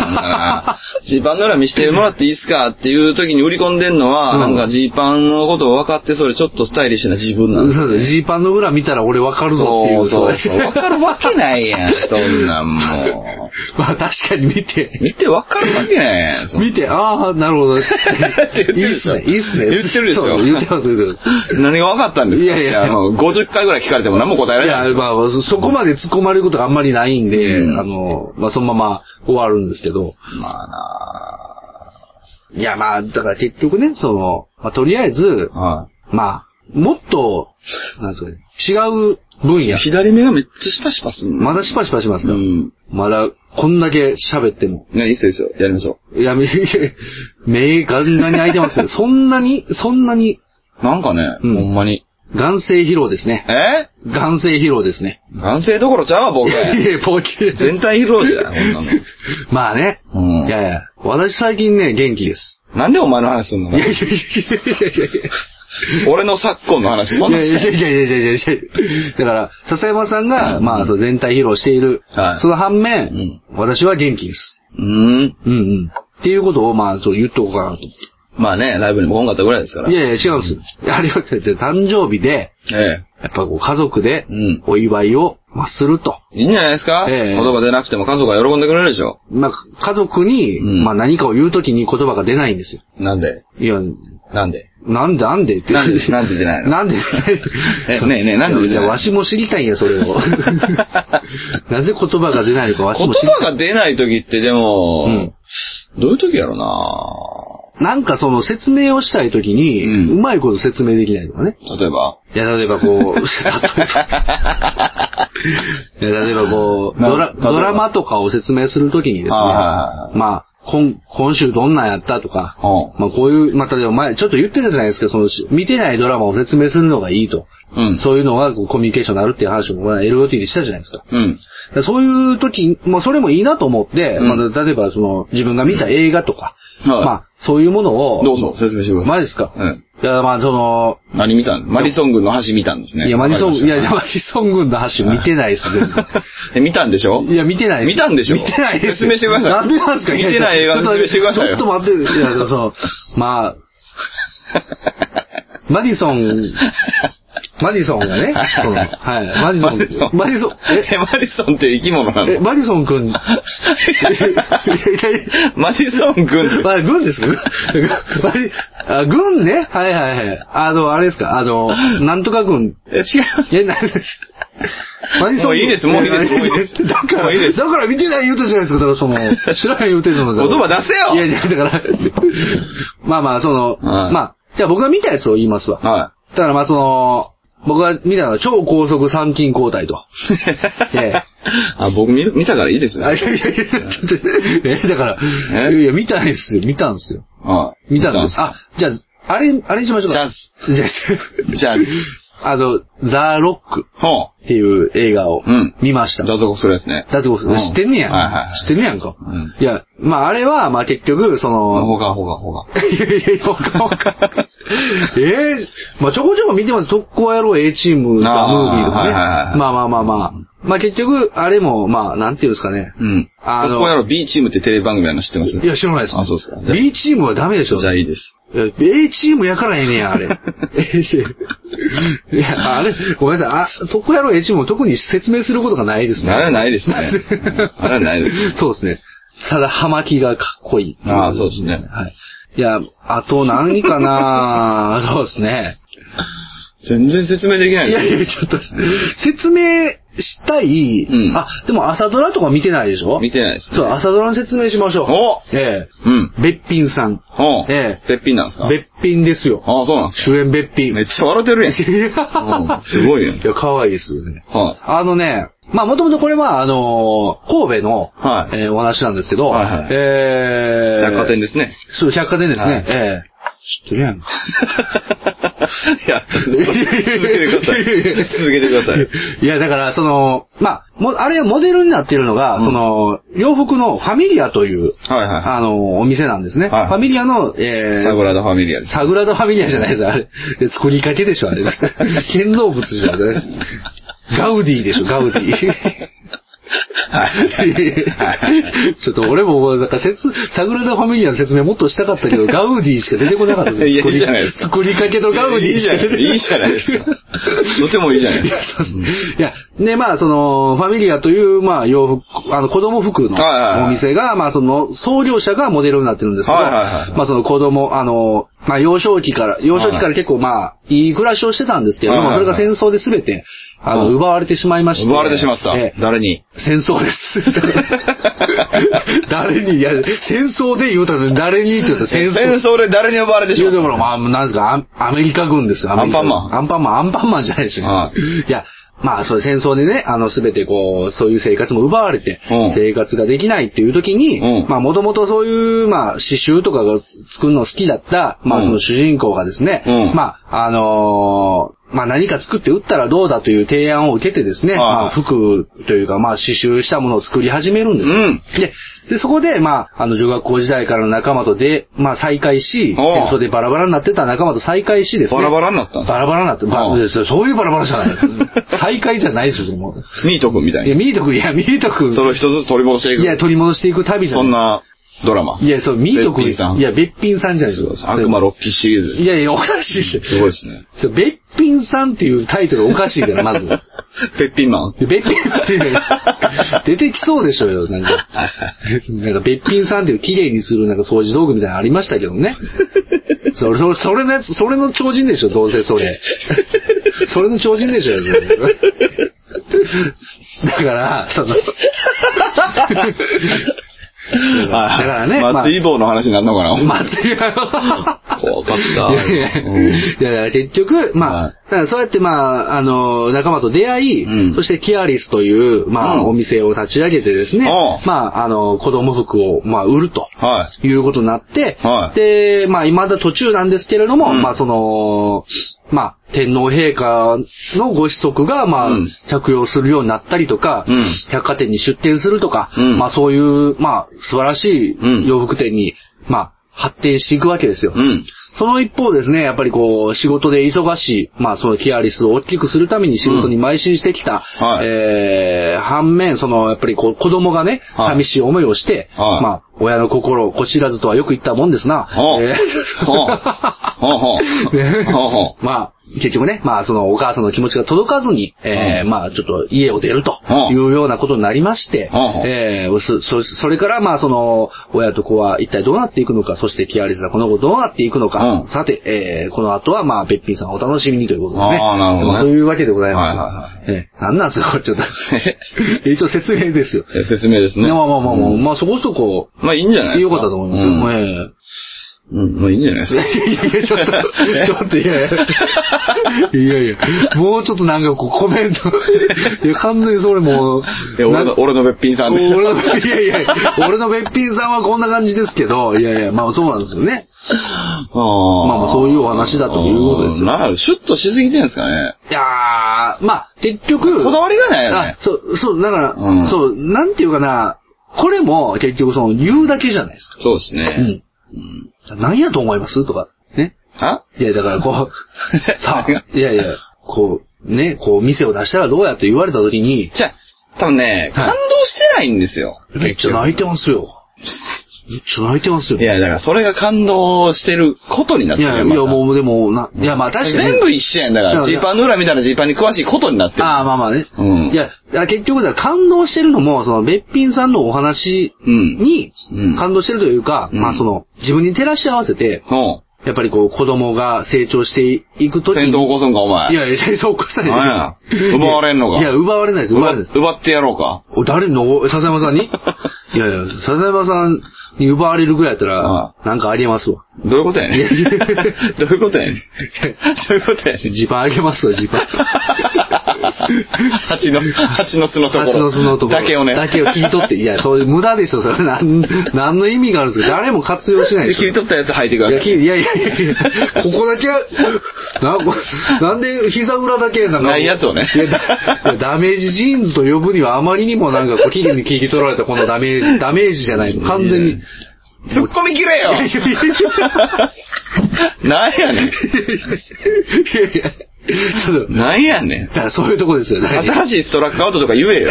Speaker 1: ジーパンの裏見してもらっていいですかっていう時に売り込んでんのは、
Speaker 2: うん
Speaker 1: なんかジーパンのことを分かって、それちょっとスタイリッシュな自分なんです
Speaker 2: そうです。ジーパンの裏見たら俺わかるぞってい。
Speaker 1: そううそうそう。分か るわけないやん、そんなんもう。
Speaker 2: まあ確かに見て、
Speaker 1: 見てわかるわけないやん。そんな
Speaker 2: 見て、ああ、なるほ ど。いい
Speaker 1: て言ってる
Speaker 2: っ
Speaker 1: でし
Speaker 2: す
Speaker 1: ょ
Speaker 2: ね、いいっすね。
Speaker 1: 言ってるでしょ
Speaker 2: そう言ってます、言ってま す。
Speaker 1: 何が分かったんですか
Speaker 2: いやいや
Speaker 1: あの、50回ぐらい聞かれても何も答えら
Speaker 2: い
Speaker 1: れない
Speaker 2: や
Speaker 1: で、しょ。
Speaker 2: まあ、そこまで突っ込まれることがあんまりないんで、
Speaker 1: うん
Speaker 2: あの、まあ、そのまま終わるんですけど。
Speaker 1: まあない
Speaker 2: や、まあ、だから結局ね、その、まあ、とりあえず、
Speaker 1: は
Speaker 2: まあ、もっと、なんですかね、違う分
Speaker 1: いや
Speaker 2: 野。
Speaker 1: 左目がめっちゃシパシパすんの
Speaker 2: まだシパシパします
Speaker 1: う
Speaker 2: よ。
Speaker 1: ん。
Speaker 2: まだ、こんだけ喋っても。
Speaker 1: いや、いいっすよ、いいっすよ。やりましょ
Speaker 2: いや、め 目ガンガンに開い てますけど、そんなに、そんなに、
Speaker 1: う。なんかね、
Speaker 2: うん
Speaker 1: ほんまに。
Speaker 2: 眼性疲労ですね。
Speaker 1: え
Speaker 2: 眼性疲労ですね。
Speaker 1: 男性どころちゃうわ、
Speaker 2: い
Speaker 1: 僕。
Speaker 2: やいや、ポーキー。
Speaker 1: 全体疲労じゃん、こんな
Speaker 2: まあね。
Speaker 1: の。う
Speaker 2: い
Speaker 1: ん。
Speaker 2: やいや、私最近ね、元気です。
Speaker 1: なんでお前の話すんの
Speaker 2: いやいやいやいやいやいや。
Speaker 1: 俺の昨今の 話、そん
Speaker 2: い
Speaker 1: な
Speaker 2: や
Speaker 1: ん
Speaker 2: い
Speaker 1: し
Speaker 2: や
Speaker 1: ない
Speaker 2: いやいやいやいやいやだから、笹山さんが、まあ、そう全体披露している。
Speaker 1: はい
Speaker 2: その反
Speaker 1: う
Speaker 2: 面、
Speaker 1: ん
Speaker 2: 私は元気です。
Speaker 1: うーん。
Speaker 2: うんうん。っていうことを、まあ、そう言っとこうかなと。
Speaker 1: まあね、ライブにも来んかったぐらいですから。
Speaker 2: い
Speaker 1: え
Speaker 2: やいや、違うんですよ。ありがとうございます。誕生日で、
Speaker 1: え。
Speaker 2: やっぱこう、家族で
Speaker 1: うん、
Speaker 2: お祝いを、まあ、すると。
Speaker 1: いいんじゃないですか
Speaker 2: ええ
Speaker 1: 言葉出なくても家族が喜んでくれるでしょ。
Speaker 2: まあ、家族に、
Speaker 1: うん
Speaker 2: まあ、何かを言うときに言葉が出ないんですよ。
Speaker 1: なんで
Speaker 2: いや、
Speaker 1: なんで
Speaker 2: なんでなんでって。
Speaker 1: なんでなんで出ないの
Speaker 2: なんで
Speaker 1: えねえねえなんで出ないの
Speaker 2: いやわしも知りたいんや、それを。なぜ言葉が出ないのか、わし
Speaker 1: 言
Speaker 2: も知りたい。
Speaker 1: 葉が出ない時ってでも、
Speaker 2: うん
Speaker 1: どういう時やろな
Speaker 2: なんかその説明をしたいときに、
Speaker 1: う
Speaker 2: うまいこと説明できないとかね。
Speaker 1: 例えば。
Speaker 2: いや、例えばこう、 例えば、いや例えばこう、
Speaker 1: な
Speaker 2: ドラ
Speaker 1: 例えば
Speaker 2: ドラマとかを説明するときにですね、
Speaker 1: はいはいはい
Speaker 2: まあ、今、今週どんなんやったとか、
Speaker 1: う
Speaker 2: まあこういう、まあ例えば前、ちょっと言ってたじゃないですか、その、見てないドラマを説明するのがいいと。
Speaker 1: ん。うん。
Speaker 2: そういうのがこうコミュニケーションになるっていう話も、まあ、LOT でしたじゃないですか。
Speaker 1: うん。
Speaker 2: そういう時、まあそれもいいなと思って、
Speaker 1: うん
Speaker 2: まあ例えばその自分が見た映画とか、
Speaker 1: はい
Speaker 2: まあそういうものを、
Speaker 1: どうぞ、説明してください。
Speaker 2: マジですか、
Speaker 1: うん。
Speaker 2: いや、まあその、
Speaker 1: 何見たんマリソン軍の橋見たんですね。
Speaker 2: いや、マリソ
Speaker 1: わ
Speaker 2: ン、
Speaker 1: か
Speaker 2: い
Speaker 1: りま
Speaker 2: や、
Speaker 1: した
Speaker 2: マリソン軍の橋見てないです、全然。
Speaker 1: え、見たんでしょ
Speaker 2: いや、見てないです。
Speaker 1: 見たんでしょ
Speaker 2: 見てないです。
Speaker 1: 説明してください
Speaker 2: なんでなんですか
Speaker 1: 見てない映画
Speaker 2: や
Speaker 1: 説明してくださいよ
Speaker 2: ちょっと待って、いや、その、まあ、マディソン、マディソンがね、その、はい。マディソン、マディソン、え
Speaker 1: え、マディソンって生き物な
Speaker 2: え、
Speaker 1: の
Speaker 2: マディソン 君、
Speaker 1: マディソン君って
Speaker 2: まあ、軍ですか 軍マディあ軍ねはいはいはい。あの、あれですかあの、なんとか軍。
Speaker 1: え違う。
Speaker 2: いや、なんです。マディソン
Speaker 1: も
Speaker 2: 軍
Speaker 1: ういいですもういいですもういいです
Speaker 2: だか
Speaker 1: も
Speaker 2: ら、
Speaker 1: ういいです
Speaker 2: だから見てない言うてるじゃないですか。だから その、知らない言うてるのだから
Speaker 1: 言葉出せよ
Speaker 2: いやいや、だから、まあまあ、その、
Speaker 1: はい
Speaker 2: まあ、じゃあ僕が見たやつを言いますわ。
Speaker 1: は
Speaker 2: だからまあその、僕が見たのは超高速参勤交代と。
Speaker 1: い。
Speaker 2: え
Speaker 1: あ、僕見る見たからいいです
Speaker 2: あ
Speaker 1: ね。
Speaker 2: いやいやいや、ちょっと、え、だから、
Speaker 1: え
Speaker 2: いや、見たんですよ、見たんですよ。
Speaker 1: はい
Speaker 2: 見たんです。あ、じゃあ、あれ、あれにしましょうか。
Speaker 1: ジャ
Speaker 2: ズ。じゃあ、
Speaker 1: じゃあ、
Speaker 2: あの、ザ・ロック
Speaker 1: ほ
Speaker 2: っていう映画を
Speaker 1: うん
Speaker 2: 見ました
Speaker 1: う。。脱獄するですね。
Speaker 2: 脱獄、
Speaker 1: うん
Speaker 2: 知ってんねや。
Speaker 1: はいはいはい
Speaker 2: 知ってんねやんか。
Speaker 1: うん
Speaker 2: いや、まああれは、まあ結局、その、
Speaker 1: ほかほかほか。
Speaker 2: いやいやいや、わかんわかんええまあちょこちょこ見てます。特攻野郎 A チーム、ザ・ムービーとか
Speaker 1: あーは
Speaker 2: ね。
Speaker 1: いはいはい
Speaker 2: まあまあまあまあ。まあ結局、あれも、まあ、なんていうんですかね。
Speaker 1: うん。
Speaker 2: あの
Speaker 1: 特攻野郎 B チームってテレビ番組あるの知ってます
Speaker 2: いや、知らないです。
Speaker 1: あそうですか
Speaker 2: B チームはダメでしょ。
Speaker 1: じゃあいいです。
Speaker 2: いや A チームやからええねや、あれ。A チームいや、あれ、ごめんなさい。あ、特攻野郎 A チームも特に説明することがないですね。
Speaker 1: あれはないですね。あれはないです。
Speaker 2: そうですね。ただ、葉巻がかっこいい。
Speaker 1: ああ、そうですね。
Speaker 2: はい。いや、あと何か なそうですね。
Speaker 1: 全然説明できない
Speaker 2: いやいや、ちょっと、説明したい。
Speaker 1: うん
Speaker 2: あ、でも朝ドラとか見てないでしょ
Speaker 1: 見てないですね
Speaker 2: そう、朝ドラの説明しましょう。
Speaker 1: お
Speaker 2: え
Speaker 1: うん。
Speaker 2: え。べっぴんさん。
Speaker 1: ほう。
Speaker 2: ええ
Speaker 1: べっぴんなんですか
Speaker 2: べっぴんですよ。
Speaker 1: ああ、そうなんですか
Speaker 2: 主演べっぴん。
Speaker 1: めっちゃ笑ってるやん。 うんすごいよ
Speaker 2: いや、可愛いですよね。
Speaker 1: はい。
Speaker 2: あのね、まあもともとこれは、あのー神戸の、
Speaker 1: はい
Speaker 2: えーお話なんですけど、
Speaker 1: はいはい
Speaker 2: えー、
Speaker 1: 百貨店ですね。
Speaker 2: そう、百貨店ですね。
Speaker 1: はい
Speaker 2: ええ知ってるやんか。
Speaker 1: いや、続けてください。続けてください。
Speaker 2: いや、だから、その、まあ、も、あれ、モデルになっているのが、
Speaker 1: うん
Speaker 2: その、洋服のファミリアという、
Speaker 1: はいは
Speaker 2: あの、お店なんですね。
Speaker 1: はい
Speaker 2: ファミリアの、
Speaker 1: い。
Speaker 2: え
Speaker 1: サ
Speaker 2: ー
Speaker 1: グラダ・ファミリアです。
Speaker 2: サグラダ・ファミリアじゃないです、あれ。で作りかけでしょ、 あれ。建造物じゃない。ガウディでしょ、ガウディ。 ちょっと俺も、なんか説、サグラダ・ファミリアの説明もっとしたかっ たけど、ガウディしか出てこなかった
Speaker 1: いやいいじゃないですか
Speaker 2: 作りかけとガウディ
Speaker 1: いい
Speaker 2: し
Speaker 1: じゃ
Speaker 2: か
Speaker 1: ない
Speaker 2: 出てこなかった
Speaker 1: いいじゃないで すか。とてもいいじゃないですか。
Speaker 2: いや、ね、まあ、その、ファミリアという、まあ、洋服、あの、子供服
Speaker 1: はいはいはい
Speaker 2: のお店が、まあ、その、創業者がモデルになってるんですけど、
Speaker 1: はいはいはい
Speaker 2: まあ、その子供、あの、まあ、幼少期から、幼少期か
Speaker 1: は
Speaker 2: ら
Speaker 1: い
Speaker 2: 結構、まあ、いい暮らしをしてたんですけど、
Speaker 1: はいはい
Speaker 2: まあ、
Speaker 1: は
Speaker 2: そ
Speaker 1: い
Speaker 2: れが戦争で全て、あの、
Speaker 1: うん
Speaker 2: 奪われてしまいまして。
Speaker 1: 奪われてしまった
Speaker 2: ええ。
Speaker 1: 誰に
Speaker 2: 戦争です。誰に、いや、戦争で言うたら誰にって言うたら戦争。
Speaker 1: 戦争で誰に奪われてし
Speaker 2: い
Speaker 1: ま
Speaker 2: う
Speaker 1: った
Speaker 2: ところ、まあ、なんですか、アアメリカ軍ですよ、アメリカ軍
Speaker 1: アンパンマン
Speaker 2: アンパンマン、アンパンマンじゃないですよ。、
Speaker 1: はい
Speaker 2: や、まあ、それ戦争でね、あの、すべてこう、そういう生活も奪われて、
Speaker 1: うん
Speaker 2: 生活ができないっていう時に、
Speaker 1: うん
Speaker 2: まあ、もともとそういう、まあ、刺繍とかが作るの好きだった、ま
Speaker 1: う
Speaker 2: あ、
Speaker 1: ん
Speaker 2: その主人公がですね、
Speaker 1: うん
Speaker 2: まあ、あのーまあ何か作って売ったらどうだという提案を受けてですね、
Speaker 1: はい
Speaker 2: まあ服というかまあ刺繍したものを作り始めるんです。
Speaker 1: うん
Speaker 2: で、で、そこで、まあ、あの、女学校時代からの仲間とで、まあ、再会し、
Speaker 1: おう
Speaker 2: 戦争でバラバラになってた仲間と再会しですね。
Speaker 1: バラバラになったんです
Speaker 2: バラバラになって、ば
Speaker 1: おう
Speaker 2: そうそういうバラバラじゃない。 再会じゃないですよ、それもう。
Speaker 1: ミート君みたい
Speaker 2: いや、
Speaker 1: に。
Speaker 2: ミート君、いや、ミート君。
Speaker 1: それを一つずつ取り戻していく。
Speaker 2: いや、取り戻していく旅じゃ
Speaker 1: そ
Speaker 2: ない。
Speaker 1: んなドラマ。
Speaker 2: いや、そう、ミート君。
Speaker 1: べっぴんさん
Speaker 2: いや、べっぴんさんじゃない
Speaker 1: そ
Speaker 2: です
Speaker 1: う
Speaker 2: よ
Speaker 1: です。悪魔6匹シリーズ
Speaker 2: いやいや、おかしいし
Speaker 1: です。。すごいですね。
Speaker 2: そうべっぴんさんっていうタイトルおかしいから、まず。
Speaker 1: べっぴんマン。
Speaker 2: べっぴんって、出てきそうでしょうよ、なんか。なんか、べっぴんさんっていう綺麗にするなんか掃除道具みたいなのありましたけどね。それ、それ、それのやつ、それの超人でしょ、どうせそれ。それの超人でしょ、それだから、その、
Speaker 1: だ
Speaker 2: だからねまあ
Speaker 1: 松井坊の話になるのかな
Speaker 2: 松井が。
Speaker 1: 怖かっ
Speaker 2: い
Speaker 1: た。
Speaker 2: やいや
Speaker 1: うん
Speaker 2: いやいや、結局、まあ、
Speaker 1: はい
Speaker 2: だからそうやって、まあ、あの、仲間と出会い、
Speaker 1: うん
Speaker 2: そしてキアリスという、まあ、
Speaker 1: うん
Speaker 2: お店を立ち上げてですね、
Speaker 1: おう
Speaker 2: まあ、あの、子供服を、まあ、売ると。
Speaker 1: はい。
Speaker 2: いうことになって、
Speaker 1: はい
Speaker 2: で、まあ、未だ途中なんですけれども、
Speaker 1: うん
Speaker 2: まあ、その、まあ、天皇陛下のご子息が、まあ、
Speaker 1: うん
Speaker 2: 着用するようになったりとか、
Speaker 1: うん
Speaker 2: 百貨店に出店するとか、
Speaker 1: うん
Speaker 2: まあ、そういう、まあ、素晴らし
Speaker 1: うん
Speaker 2: い洋服店に、まあ、発展していくわけですよ。
Speaker 1: うん。
Speaker 2: その一方ですね、やっぱりこう、仕事で忙しい、まあそのキアリスを大きくするために仕事に邁進してきた、
Speaker 1: うんはい
Speaker 2: えー、反面、その、やっぱりこう、子供がね、
Speaker 1: はい
Speaker 2: 寂しい思いをして、
Speaker 1: はい
Speaker 2: まあ、親の心をこちらずとはよく言ったもんですな、
Speaker 1: ほう。
Speaker 2: え
Speaker 1: ほう。ほうほう。
Speaker 2: ね
Speaker 1: ほうほ
Speaker 2: ー まあ、結局ね、まあそのお母さんの気持ちが届かずに、えーまあちょっと家を出ると
Speaker 1: うん
Speaker 2: いうようなことになりまして、
Speaker 1: うん
Speaker 2: えーそそそれからまあその親と子は一体どうなっていくのか、そしてキアリスがこの後どうなっていくのか、
Speaker 1: うん
Speaker 2: さて、えーこの後はまあべっぴんさんお楽しみにということでね、
Speaker 1: あーなるほどね
Speaker 2: まあそういうわけでございます。
Speaker 1: はい
Speaker 2: えーなんなんすか、これちょっ と。一応説明ですよ。
Speaker 1: え説明ですね。
Speaker 2: ね、まあまあまあまあ、
Speaker 1: うん
Speaker 2: まあそこそこ、
Speaker 1: まあいいんじゃないです
Speaker 2: 良かったと思いますよ。
Speaker 1: うん
Speaker 2: ええ
Speaker 1: うん、まあいいんじゃないです
Speaker 2: いや
Speaker 1: か。
Speaker 2: いやいや、ちょっと、ちょっと、いやいや。いやいや、もうちょっとなんかこうコメント。いや、完全にそれもう。
Speaker 1: いや、俺
Speaker 2: なん
Speaker 1: の、俺のべっぴんさんでした。
Speaker 2: 俺の、いやいや、俺のべっぴんさんはこんな感じですけど、いやいや、まあそうなんですよね。
Speaker 1: あ
Speaker 2: まあまあそういうお話だということですよ
Speaker 1: なるシュッとしすぎてるんですかね。
Speaker 2: いやー、まあ、結局。
Speaker 1: こだわりがないよね
Speaker 2: あそう、そう、だから、
Speaker 1: うん
Speaker 2: そう、なんていうかな、これも結局その言うだけじゃないですか。
Speaker 1: そうです
Speaker 2: う
Speaker 1: ね。
Speaker 2: ん。何やと思いますとか、ね。
Speaker 1: はい
Speaker 2: や、だからこ う、さあ、いやいや、こう、ね、こう、店を出したらどうやって言われた時に、
Speaker 1: じゃあ、多分ね、
Speaker 2: は
Speaker 1: 感
Speaker 2: い
Speaker 1: 動してないんですよ。
Speaker 2: めっちゃ泣いてますよ。めっちゃ泣いてますよ。
Speaker 1: い
Speaker 2: いや、
Speaker 1: や、だからそれが感動してることになっ
Speaker 2: い
Speaker 1: てる
Speaker 2: や、
Speaker 1: また
Speaker 2: もう、でも、な、いや、まあ確かに。
Speaker 1: 全部一緒やん。だか
Speaker 2: いや
Speaker 1: ら、
Speaker 2: い
Speaker 1: ジ
Speaker 2: や
Speaker 1: ーパンの裏見たらジーパンに詳しいことになってる。
Speaker 2: ああ、まあまあね。
Speaker 1: うん
Speaker 2: いや、いや結局、だから感動してるのも、その、べっぴんさんのお話
Speaker 1: うん。
Speaker 2: に
Speaker 1: うん、
Speaker 2: 感動してるというか、
Speaker 1: うん
Speaker 2: まあその、自分に照らし合わせて、
Speaker 1: ほ
Speaker 2: やっぱりこう、子供が成長していく
Speaker 1: う
Speaker 2: とき
Speaker 1: 戦闘起こすんか、お前。
Speaker 2: いやいや、戦争起こさな
Speaker 1: ない
Speaker 2: です
Speaker 1: んや奪われんのか
Speaker 2: いや、奪われないです、奪われない
Speaker 1: 奪
Speaker 2: です。
Speaker 1: 奪ってやろうか。
Speaker 2: お誰にの、笹 山さんにいやいや、笹山さんに奪われるぐらいやったら
Speaker 1: あ、
Speaker 2: なんかあげますわ。
Speaker 1: どういうことやね
Speaker 2: いやい
Speaker 1: ん
Speaker 2: や。
Speaker 1: どういうことやね ん。どういうことやねん。
Speaker 2: ジパンあげますわ、ジパ ン。
Speaker 1: 蜂の、蜂の巣のところ。
Speaker 2: 蜂の巣のところ。
Speaker 1: だけをね。
Speaker 2: だけを切り取って。いや、そういう無駄でしょ、それ。なん、なんの意味があるんですか誰も活用しないでしょ。
Speaker 1: 切り取ったやつ履いてくだ
Speaker 2: い
Speaker 1: さ
Speaker 2: や、
Speaker 1: い。
Speaker 2: きいやいやいやいや、ここだけ、な、こなんで膝裏だけなんか。
Speaker 1: ないやつをね
Speaker 2: いやだいやダメージジーンズと呼ぶにはあまりにもなんかこう、期限に聞き取られたこのダメージ、ダメージじゃない。完全に。
Speaker 1: 突っ込み切れ よ
Speaker 2: いやいやいやいや
Speaker 1: なんやねん。
Speaker 2: いやいやちょっと、
Speaker 1: なんやねん
Speaker 2: だ。からそういうとこですよね。
Speaker 1: 新しいストラックアウトとか言 えよ。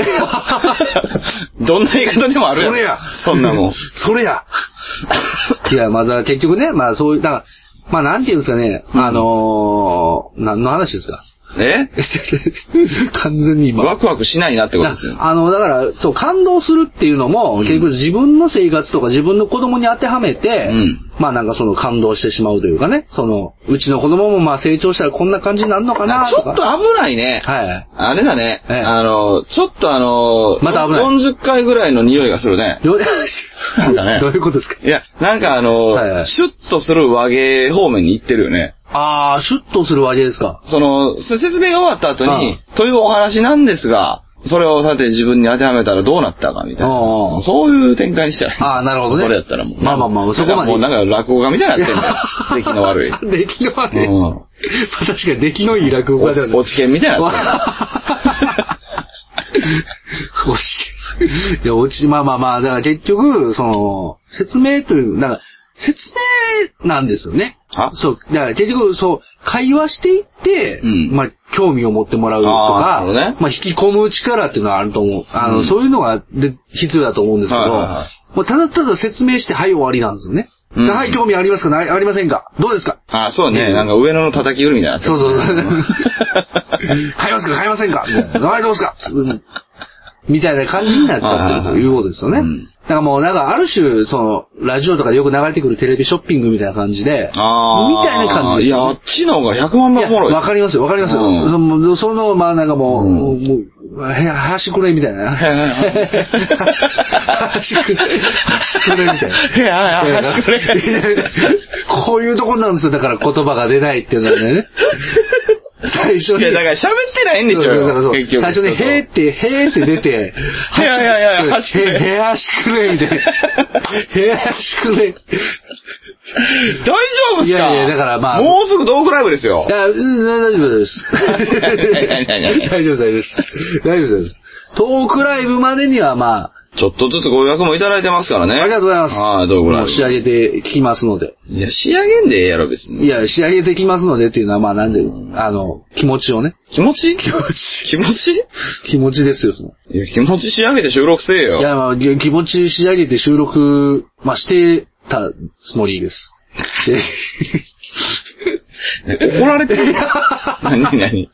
Speaker 1: どんな言い方でもある
Speaker 2: それや
Speaker 1: そんな もん。
Speaker 2: それや。いや、まだ結局ね、まあそういう、だから、まあなんていうんですかね、あのー、何の話ですか
Speaker 1: え
Speaker 2: 完全に今。
Speaker 1: ワクワクしないなってことですよ。
Speaker 2: あの、だから、そう、感動するっていうのも、結局自分の生活とか自分の子供に当てはめて、
Speaker 1: うん
Speaker 2: まあなんかその感動してしまうというかね、その、うちの子供もまあ成長したらこんな感じになるのかな
Speaker 1: ち
Speaker 2: と
Speaker 1: ょ
Speaker 2: か。
Speaker 1: っと危ないね。
Speaker 2: はい。
Speaker 1: あれだね。
Speaker 2: ええ
Speaker 1: あの、ちょっとあの、
Speaker 2: また危ない
Speaker 1: 40回ぐらいの匂いがするね。
Speaker 2: どう
Speaker 1: なんかね
Speaker 2: どういうことですか
Speaker 1: いや、なんかあの、
Speaker 2: はいはい
Speaker 1: シュッとする和芸方面に行ってるよね。
Speaker 2: ああ、シュッとするわけですか。
Speaker 1: その、せ説明が終わった後
Speaker 2: あ
Speaker 1: に、というお話なんですが、それをさて自分に当てはめたらどうなったかみたい
Speaker 2: ああ
Speaker 1: な。そういう展開にしたらいいです。
Speaker 2: ああなるほどね
Speaker 1: それやったらもう。
Speaker 2: まあまあまあそこまで
Speaker 1: もうなんか落語家みたいになってるから。 出来の 悪い。
Speaker 2: い。出来の悪い。
Speaker 1: うん
Speaker 2: まあ確かに出来のいい落語家ではない。
Speaker 1: 落ち券みたいに な
Speaker 2: わ 落ち、いや、落ち、まあまあまあ、だから結局、その、説明という、だから、説明なんですよね。
Speaker 1: は
Speaker 2: そう、だから結局、そう、会話していって、
Speaker 1: うん
Speaker 2: まあ、興味を持ってもらうとか
Speaker 1: あ、ーなるほどね
Speaker 2: まあ、引き込む力っていうのはあると思う。あの、
Speaker 1: うん
Speaker 2: そういうのがで必要だと思うんですけど、
Speaker 1: はいはいは
Speaker 2: もうただただ説明して、はい、終わりなんですよね。
Speaker 1: うん
Speaker 2: ではい、興味ありますかないありませんかどうですか
Speaker 1: ああ、そうね。なんか上野の叩き売りみたいになってる
Speaker 2: そ うそうそう。買いますか買いませんかみたいな。あれどうすかうん みたいな感じになっちゃってるということですよね。
Speaker 1: う
Speaker 2: だ
Speaker 1: ん
Speaker 2: からもう、なんかある種、その、ラジオとかでよく流れてくるテレビショッピングみたいな感じで、みたい
Speaker 1: ああ。
Speaker 2: な感じ
Speaker 1: いや、あっちの方が100万倍おもろい。
Speaker 2: いやわかりますよ、わかりますよ。
Speaker 1: うん
Speaker 2: そのその、まあなんかもう、
Speaker 1: うん
Speaker 2: もうもう、は端くれみたい な。
Speaker 1: いはいはい
Speaker 2: 端くれ、端くれみた いな。
Speaker 1: いやいや端くれ
Speaker 2: こういうとこなんですよ、だから言葉が出ないっていうのはね。最初に。
Speaker 1: いや、だから喋ってないんでしょ
Speaker 2: そうそうだからそう
Speaker 1: よ。結局。
Speaker 2: 最初に、へーって、 へーって出て、
Speaker 1: いやいやいや
Speaker 2: 端くれ
Speaker 1: 端くれ
Speaker 2: へ、へ、端くれ、 みたいな。へ、端くれ。
Speaker 1: 大丈夫っすか
Speaker 2: いやいやだからまあ
Speaker 1: もうすぐトークライブですよ
Speaker 2: い。や、うん大丈夫です。 大丈夫です。大丈夫です。トークライブまでにはまあ、
Speaker 1: ちょっとずつご予約もいただいてますからね。
Speaker 2: ありがとうございます。
Speaker 1: ああ、どうも
Speaker 2: もう仕上げてきますので。
Speaker 1: いや、仕上げんでええやろ、別に。
Speaker 2: いや、仕上げてきますのでっていうのはまあなんで、あの、気持ちをね。
Speaker 1: 気持ち気持ち。気持ち
Speaker 2: 気持ちですよ、その。
Speaker 1: いや、気持ち仕上げて収録せえ
Speaker 2: い
Speaker 1: よ。
Speaker 2: や、まあ、ぎ気持ち仕上げて収 録、まあしてたつもりです。
Speaker 1: 怒られてる何何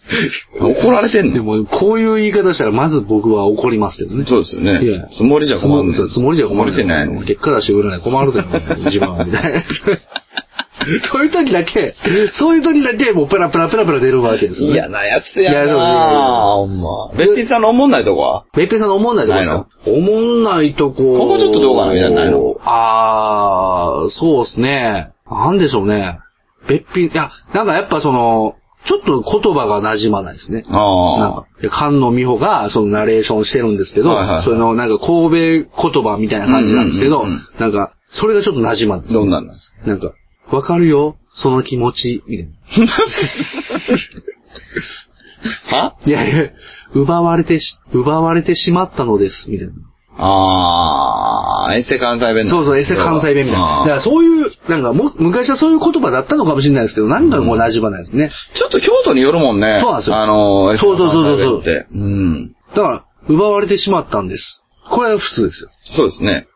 Speaker 1: 怒られてん
Speaker 2: で
Speaker 1: の
Speaker 2: も、こういう言い方したら、まず僕は怒りますけどね。
Speaker 1: そうですよ
Speaker 2: いや
Speaker 1: ね。つもりじゃ困る
Speaker 2: つもつもりじゃ困る。
Speaker 1: てないのに。
Speaker 2: 結果出してくれない。困るだろ、自分は、みた いな。そういう時だけ、そういう時だけ、もうペラペラペラペラ出るわけですよね。
Speaker 1: 嫌なやつ
Speaker 2: いや
Speaker 1: や
Speaker 2: そう
Speaker 1: なぁ、ほんま。別にさんの思んないとこは
Speaker 2: べっぺさんの思んないとこですか思んないとこ。
Speaker 1: ここちょっとどうかなみたいなのないの
Speaker 2: あー、そうですね。なんでしょうね。べっぴ、いや、なんかやっぱその、ちょっと言葉が馴染まないですね。なん
Speaker 1: あ
Speaker 2: か、いや菅野美穂が、そのナレーションしてるんですけど、
Speaker 1: はいはい
Speaker 2: それの、なんか、神戸言葉みたいな感じなんですけど、
Speaker 1: うんうんうん
Speaker 2: なんか、それがちょっと馴染まんで
Speaker 1: あ。
Speaker 2: す。
Speaker 1: どんなんなんですか
Speaker 2: なんか、わかるよ、その気持ち、みたいな。
Speaker 1: はい
Speaker 2: やいや、奪われてし、奪われてしまったのです、みたいな。
Speaker 1: ああ、エセ関西弁
Speaker 2: そうそう、エセ関西弁みたいな。だか
Speaker 1: あ
Speaker 2: らそういう、なんかも、昔はそういう言葉だったのかもしれないですけど、なんかもう馴染まないですね。
Speaker 1: ーちょっと京都によるもんね。
Speaker 2: そうなんですよ
Speaker 1: あの、エセ
Speaker 2: そうそうそうそ
Speaker 1: 関
Speaker 2: う
Speaker 1: 西弁って。うん。
Speaker 2: だから、奪われてしまったんです。これは普通ですよ。
Speaker 1: そうですね。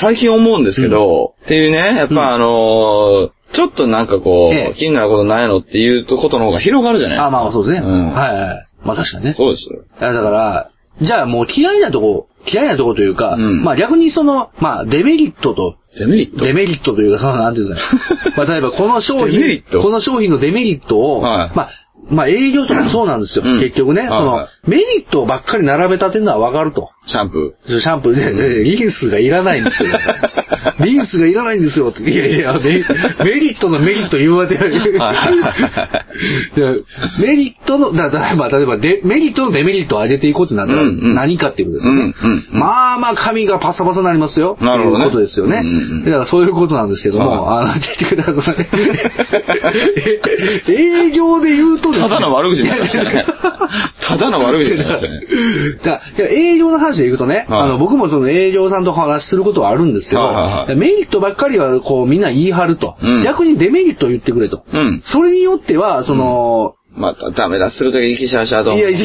Speaker 1: 最近思うんですけど、っていうね、やっぱあのー、ちょっとなんかこ
Speaker 2: ええ
Speaker 1: う、気になることないのっていうことの方が広がるじゃないですか。
Speaker 2: あ、まあそうです
Speaker 1: う
Speaker 2: ね。
Speaker 1: ん
Speaker 2: はいはい。まあ確かにね。
Speaker 1: そうですよ。
Speaker 2: あだから、じゃあもう嫌いなとこ、嫌いなとこというか、
Speaker 1: うん
Speaker 2: まあ逆にその、まあデメリットと、
Speaker 1: デメリット
Speaker 2: デメリットというか、そのなんていうん だろう。まあ例えばこの商
Speaker 1: デメリ
Speaker 2: 品
Speaker 1: ッ、ト
Speaker 2: この商品のデメリットを、
Speaker 1: はい
Speaker 2: まあ、まあ営業とかもそうなんですよ。
Speaker 1: うん
Speaker 2: 結局ね、
Speaker 1: はい
Speaker 2: その
Speaker 1: は、
Speaker 2: メリットばっかり並べ立てるのはわかると。
Speaker 1: シャンプ
Speaker 2: シャンプーで、えリンスがいらないんですよ。 リンスがいらないんですよって。いやいや、メメリットのメリット言うわ けない。でメリットの、だだまあ例えばで、メリットのデメリットを上げていこうってなったら
Speaker 1: うんうん
Speaker 2: 何かっていうことです
Speaker 1: う
Speaker 2: よ
Speaker 1: ん、う
Speaker 2: ね。
Speaker 1: ん、うん。
Speaker 2: まあまあ髪がパサパサになりますよ。
Speaker 1: なるほどね
Speaker 2: ということですよね。
Speaker 1: うんうんうん
Speaker 2: だからそういうことなんですけども、あの、出てください。 え営業で言うとです
Speaker 1: た
Speaker 2: ね
Speaker 1: だの悪口になりましたね。ただの悪口になりましたね。
Speaker 2: だから営業の話でいくとね、
Speaker 1: はい
Speaker 2: あの僕もその営業さんとお話しすることはあるんですけど、
Speaker 1: はいはいはい
Speaker 2: メリットばっかりはこうみんな言い張ると、
Speaker 1: うん
Speaker 2: 逆にデメリットを言ってくれと。
Speaker 1: うん。
Speaker 2: それによっては、その、
Speaker 1: またダメ出しするとき息しゃしゃと。
Speaker 2: いや、いや、いや、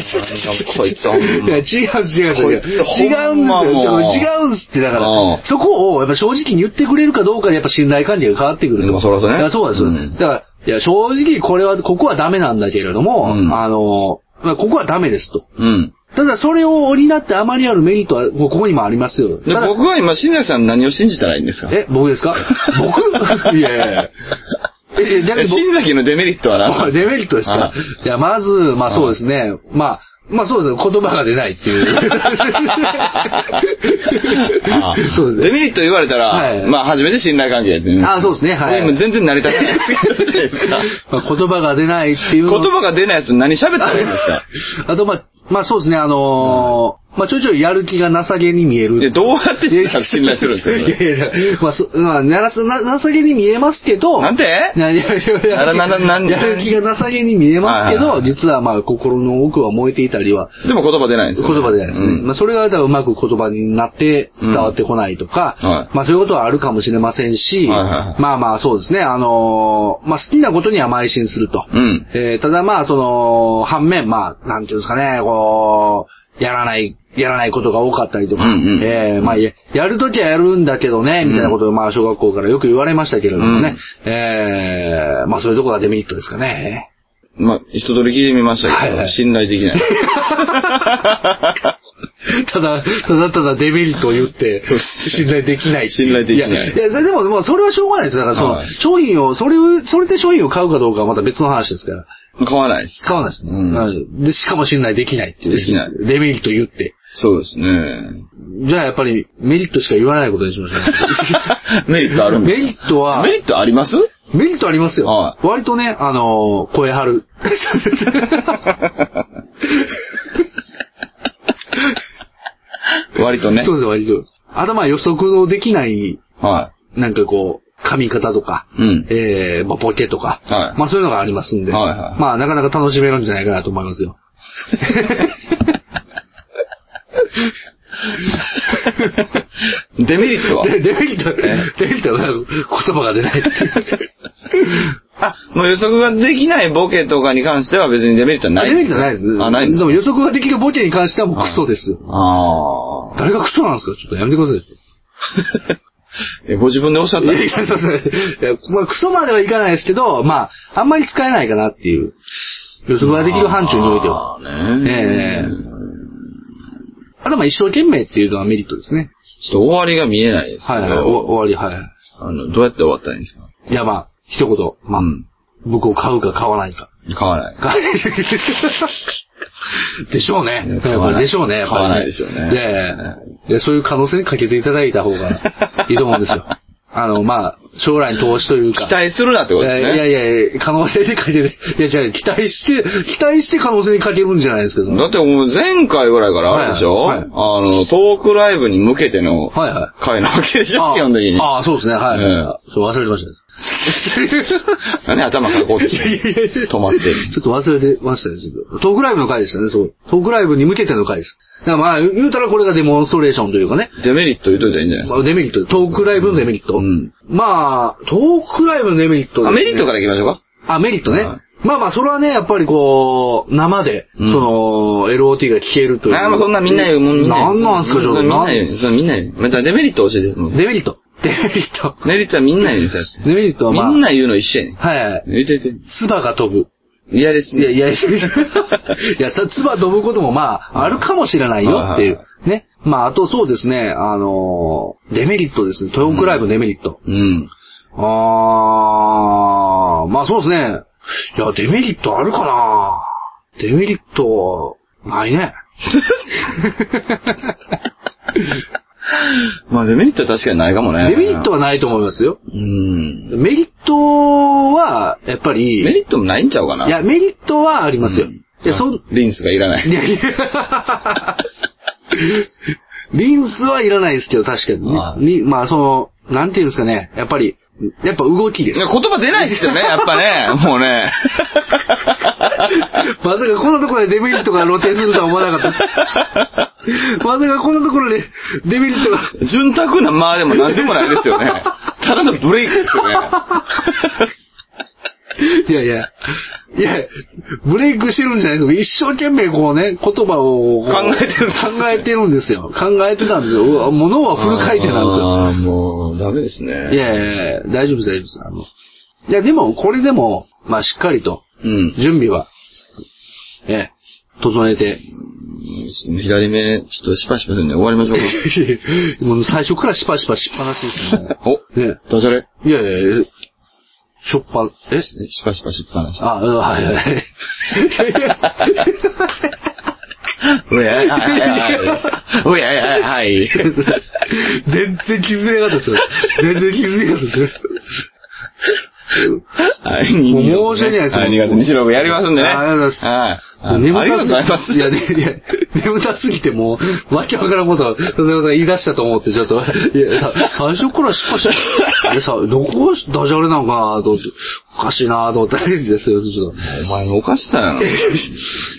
Speaker 1: こいつ ほんま
Speaker 2: 違う違う違う。違うんですよ。
Speaker 1: こいつほんまもう
Speaker 2: その違うんですって、だか
Speaker 1: うん
Speaker 2: ら、そこをやっぱ正直に言ってくれるかどうかでやっぱ信頼関係が変わってくる
Speaker 1: でもそらそうね
Speaker 2: いやそうなんですよ。
Speaker 1: うん
Speaker 2: だから、いや、正直これは、ここはダメなんだけれども、
Speaker 1: うん
Speaker 2: あの、まあここはダメですと。
Speaker 1: うん。
Speaker 2: ただそれを補ってあまりあるメリットは、もうここにもありますよ。
Speaker 1: で、
Speaker 2: ただ
Speaker 1: 僕は今、新崎さん何を信じたらいいんですか
Speaker 2: え、僕ですか 僕いやいやいや。え、えだけ
Speaker 1: え
Speaker 2: ど僕
Speaker 1: 新崎のデメリットは何
Speaker 2: デメリットですか
Speaker 1: はい
Speaker 2: や、まず、まあそうですね。まあ、まあそうですね。言葉が出ないって
Speaker 1: あ
Speaker 2: いう。 そうです
Speaker 1: デ
Speaker 2: ね。
Speaker 1: メリット言われた
Speaker 2: はい
Speaker 1: ら、まあ、初めて信頼関係ってね。
Speaker 2: あそうですねは
Speaker 1: こ
Speaker 2: い
Speaker 1: れ今全然成り立た ないじゃないですか。
Speaker 2: まあ、言葉が出ないっていう
Speaker 1: 言
Speaker 2: の
Speaker 1: 葉が出ないやつ何喋ったらいいんですか
Speaker 2: あと、まあ、まあそうですね。あのーまあちょいちょいやる気が情けに見える
Speaker 1: いや、どうやって新崎信頼するんですかそ
Speaker 2: い
Speaker 1: れ
Speaker 2: やいやいや、まあ、そまあ、ならす、な、情けに見えますけど、
Speaker 1: なんて
Speaker 2: な、いやいやいや、
Speaker 1: ななななん
Speaker 2: やる気が情けに見えますけ
Speaker 1: はい
Speaker 2: ど、
Speaker 1: はい
Speaker 2: 実はまあ、心の奥は燃えていたりは、
Speaker 1: でも言葉出ないんです
Speaker 2: 言
Speaker 1: よね
Speaker 2: 葉でないです
Speaker 1: う
Speaker 2: ね。
Speaker 1: ん
Speaker 2: まあ、それが、だからうまく言葉になって伝わってこないとか、
Speaker 1: うんはい
Speaker 2: まあ、そういうことはあるかもしれませんし、
Speaker 1: はいはいはい
Speaker 2: まあまあ、そうですね、あのーまあ、好きなことには邁進すると。
Speaker 1: うん。
Speaker 2: えーただまあ、その、反面、まあ、なんていうんですかね、こう、やらない、やらないことが多かったりとか、
Speaker 1: うんうん
Speaker 2: えーまあ、ややるときはやるんだけどね、みたいなことを、まあ、小学校からよく言われましたけれどもね、えーまあ、そういうところがデメリットですかね。
Speaker 1: まあ、一通り聞いてみましたけど、
Speaker 2: はいはい
Speaker 1: 信頼でき ない。
Speaker 2: ただ、ただただデメリットを言って、信頼できないし。
Speaker 1: 信頼できない
Speaker 2: いや、いやそれでも、もうそれはしょうがないです。だから、その、
Speaker 1: はい
Speaker 2: 商品を、それを、それで商品を買うかどうかはまた別の話ですから。
Speaker 1: 買わないです。
Speaker 2: 使わないですね。
Speaker 1: うん
Speaker 2: はいで、しかも信頼できないっていう。
Speaker 1: できない
Speaker 2: デメリット言って。
Speaker 1: そうですね。
Speaker 2: じゃあやっぱりメリットしか言わないことにしまし ょ
Speaker 1: メリットある
Speaker 2: う。
Speaker 1: んで
Speaker 2: メ
Speaker 1: す
Speaker 2: リットは、
Speaker 1: メリットあります
Speaker 2: メリットありますよ。
Speaker 1: は
Speaker 2: 割とね、あのー声張る。
Speaker 1: 割とね
Speaker 2: そ。うですよ、割と。あとまあ予測のできない、
Speaker 1: は
Speaker 2: なんかこう、髪型とか、
Speaker 1: い。うん。
Speaker 2: えー、まあ、ボケとか、
Speaker 1: はい
Speaker 2: まあそういうのがありますんで、
Speaker 1: はいはい
Speaker 2: まあなかなか楽しめるんじゃないかなと思いますよ。
Speaker 1: デメリットは
Speaker 2: でデメリット、デメリットは言葉が出ないっ ていう。
Speaker 1: あ、もう予測ができないボケとかに関しては別にデメリットはない。
Speaker 2: デメリットはないですね。
Speaker 1: あ、ないんです
Speaker 2: で
Speaker 1: か
Speaker 2: も予測ができるボケに関してはもうクソです。
Speaker 1: あ
Speaker 2: 誰がクソなんですかちょっとやめてください。
Speaker 1: え、ご自分でおっしゃっ
Speaker 2: い
Speaker 1: た
Speaker 2: やいや、そうそう。いやまあ、クソまではいかないですけど、まあ、あんまり使えないかなっていう。予測ができる範疇においては。。
Speaker 1: まあ
Speaker 2: ええ
Speaker 1: ね
Speaker 2: あと、まあ、一生懸命っていうのはメリットですね。
Speaker 1: ちょっと終わりが見えないですけ
Speaker 2: は
Speaker 1: ど、
Speaker 2: いはい。お終わり、は
Speaker 1: あの、どうやって終わったらいいんですか
Speaker 2: い。いや、まあ、一言。まあ、
Speaker 1: うん
Speaker 2: 僕を買うか買わな いか。
Speaker 1: 買わない。
Speaker 2: 買えでしょうね。
Speaker 1: いや買わない
Speaker 2: でしょうね。やっぱり
Speaker 1: 買わないでしょうね
Speaker 2: いやいやいやいやそういう可能性にかけていただいた方がいいと思うん ですよ。あの、まあ、将来の投資というか。
Speaker 1: 期待するなってことです
Speaker 2: い
Speaker 1: ね。
Speaker 2: やいやいや、可能性にかける。いや違う、期待して、期待して可能性にかけるんじゃないですけど。
Speaker 1: だってもう前回ぐらいからあれでしょ、
Speaker 2: はいはい
Speaker 1: あの、トークライブに向けての
Speaker 2: はいはい。
Speaker 1: 回なわけでしょ
Speaker 2: あ
Speaker 1: 基本的に。
Speaker 2: ああ、そうですね、はい。
Speaker 1: え
Speaker 2: そう忘れてましたね。
Speaker 1: 何頭からこうして止まってる。
Speaker 2: ちょっと忘れてましたね、ちょっとトークライブの回でしたね、そう。トークライブに向けての回です。だからまあ、言うたらこれがデモンストレーションというかね。
Speaker 1: デメリット言うといたらいいんじゃない
Speaker 2: まあ、デメリット、トークライブのデメリット。
Speaker 1: うん
Speaker 2: まあ、トークライブのデメリットですね、
Speaker 1: あ、メリットからいきましょうか。
Speaker 2: あ、メリットね。
Speaker 1: はい
Speaker 2: まあまあ、それはね、やっぱりこう、生で、
Speaker 1: うん
Speaker 2: その、LOT が聞けるという。
Speaker 1: あ、もうそんなみんな言う、もうみんな言
Speaker 2: な
Speaker 1: う。
Speaker 2: んなんすか、ちょっと。
Speaker 1: みんな言う。それみんな言う。じゃあデメリット教えて。もう
Speaker 2: なデメリット。デメリット。
Speaker 1: メリットはみんな言うんですよ。
Speaker 2: デメリットはまあ、
Speaker 1: みんな言うの一緒やねん。
Speaker 2: はいはい。
Speaker 1: 言うて言うて。
Speaker 2: 唾が飛ぶ。
Speaker 1: 嫌です
Speaker 2: いや、
Speaker 1: ね。
Speaker 2: いや、いや、いや、さ、唾飛ぶこともまあ、あるかもしれないよってい
Speaker 1: は
Speaker 2: う。ね。まあ、あとそうですね、あのー、デメリットですね。トークライブのデメリット。
Speaker 1: うん。
Speaker 2: あー、まあそうですね。いや、デメリットあるかなデメリット、ないね。
Speaker 1: まあデメリットは確かにないかもね。
Speaker 2: デメリットはないと思いますよ。
Speaker 1: うん。
Speaker 2: メリットは、やっぱり、
Speaker 1: メリットもないんちゃうかな。
Speaker 2: いや、メリットはありますよ。
Speaker 1: うん
Speaker 2: いや、そ ん、
Speaker 1: リンスがいらないい。
Speaker 2: やいやリンスはいらないですけど、確かにね
Speaker 1: は。い
Speaker 2: にまあ、その、なんていうんですかね。やっぱり、やっぱ動きで
Speaker 1: い
Speaker 2: す。
Speaker 1: や
Speaker 2: ま
Speaker 1: 言葉出ないですよね、やっぱね。もう ね。
Speaker 2: さかこんなところでデメリットが露呈するとは思わなかった。まさかこんなところで デメリットが。
Speaker 1: 潤沢なまあでもなんでもないですよね。ただのブレイクです よね。
Speaker 2: いやいや。いや、ブレイクしてるんじゃないですか。一生懸命こうね、言葉をこう
Speaker 1: 考えてる
Speaker 2: 考えてるんですよ。考えてたんですよ。うわ物はフル回転なんですよ。
Speaker 1: ああ、もう、ダメですね。
Speaker 2: いやいやいや、大丈夫です、大丈夫です。あの、いや、でも、これでも、まあ、しっかりと、
Speaker 1: うん。
Speaker 2: 準備は、ええ、整えて、
Speaker 1: 左目、ちょっとシパシパするんで終わりましょう
Speaker 2: もう最初からシパシパしっぱなしで すよね
Speaker 1: か。お、
Speaker 2: ね
Speaker 1: ダジャレ
Speaker 2: え。いやいやいや、しょっぱ、え
Speaker 1: シパシパしっぱなし。
Speaker 2: あ、うんはいはいはい。
Speaker 1: うやいはい。うやいはいはい。
Speaker 2: 全然気づけなかったですよ。全然気づけなかったですよ。
Speaker 1: はい、
Speaker 2: もう申し訳ないです
Speaker 1: はい2月26日やりますんでね。
Speaker 2: あありがとうございます
Speaker 1: はいああり
Speaker 2: 眠
Speaker 1: がとうご
Speaker 2: たす
Speaker 1: ざいます。
Speaker 2: いや、ね、いや、眠たすぎてもう、わけわからんことを、さすがさん言い出したと思って、ちょっと、いや、さ、最初から失敗した。え、さ、どこがダジャレなのかなと思って、おかしいなと思ったんですよ、ちょっと。
Speaker 1: お前もおかしだな。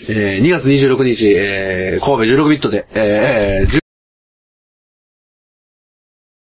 Speaker 2: えー、2月26日、えー、神戸16ビットで、えー、えー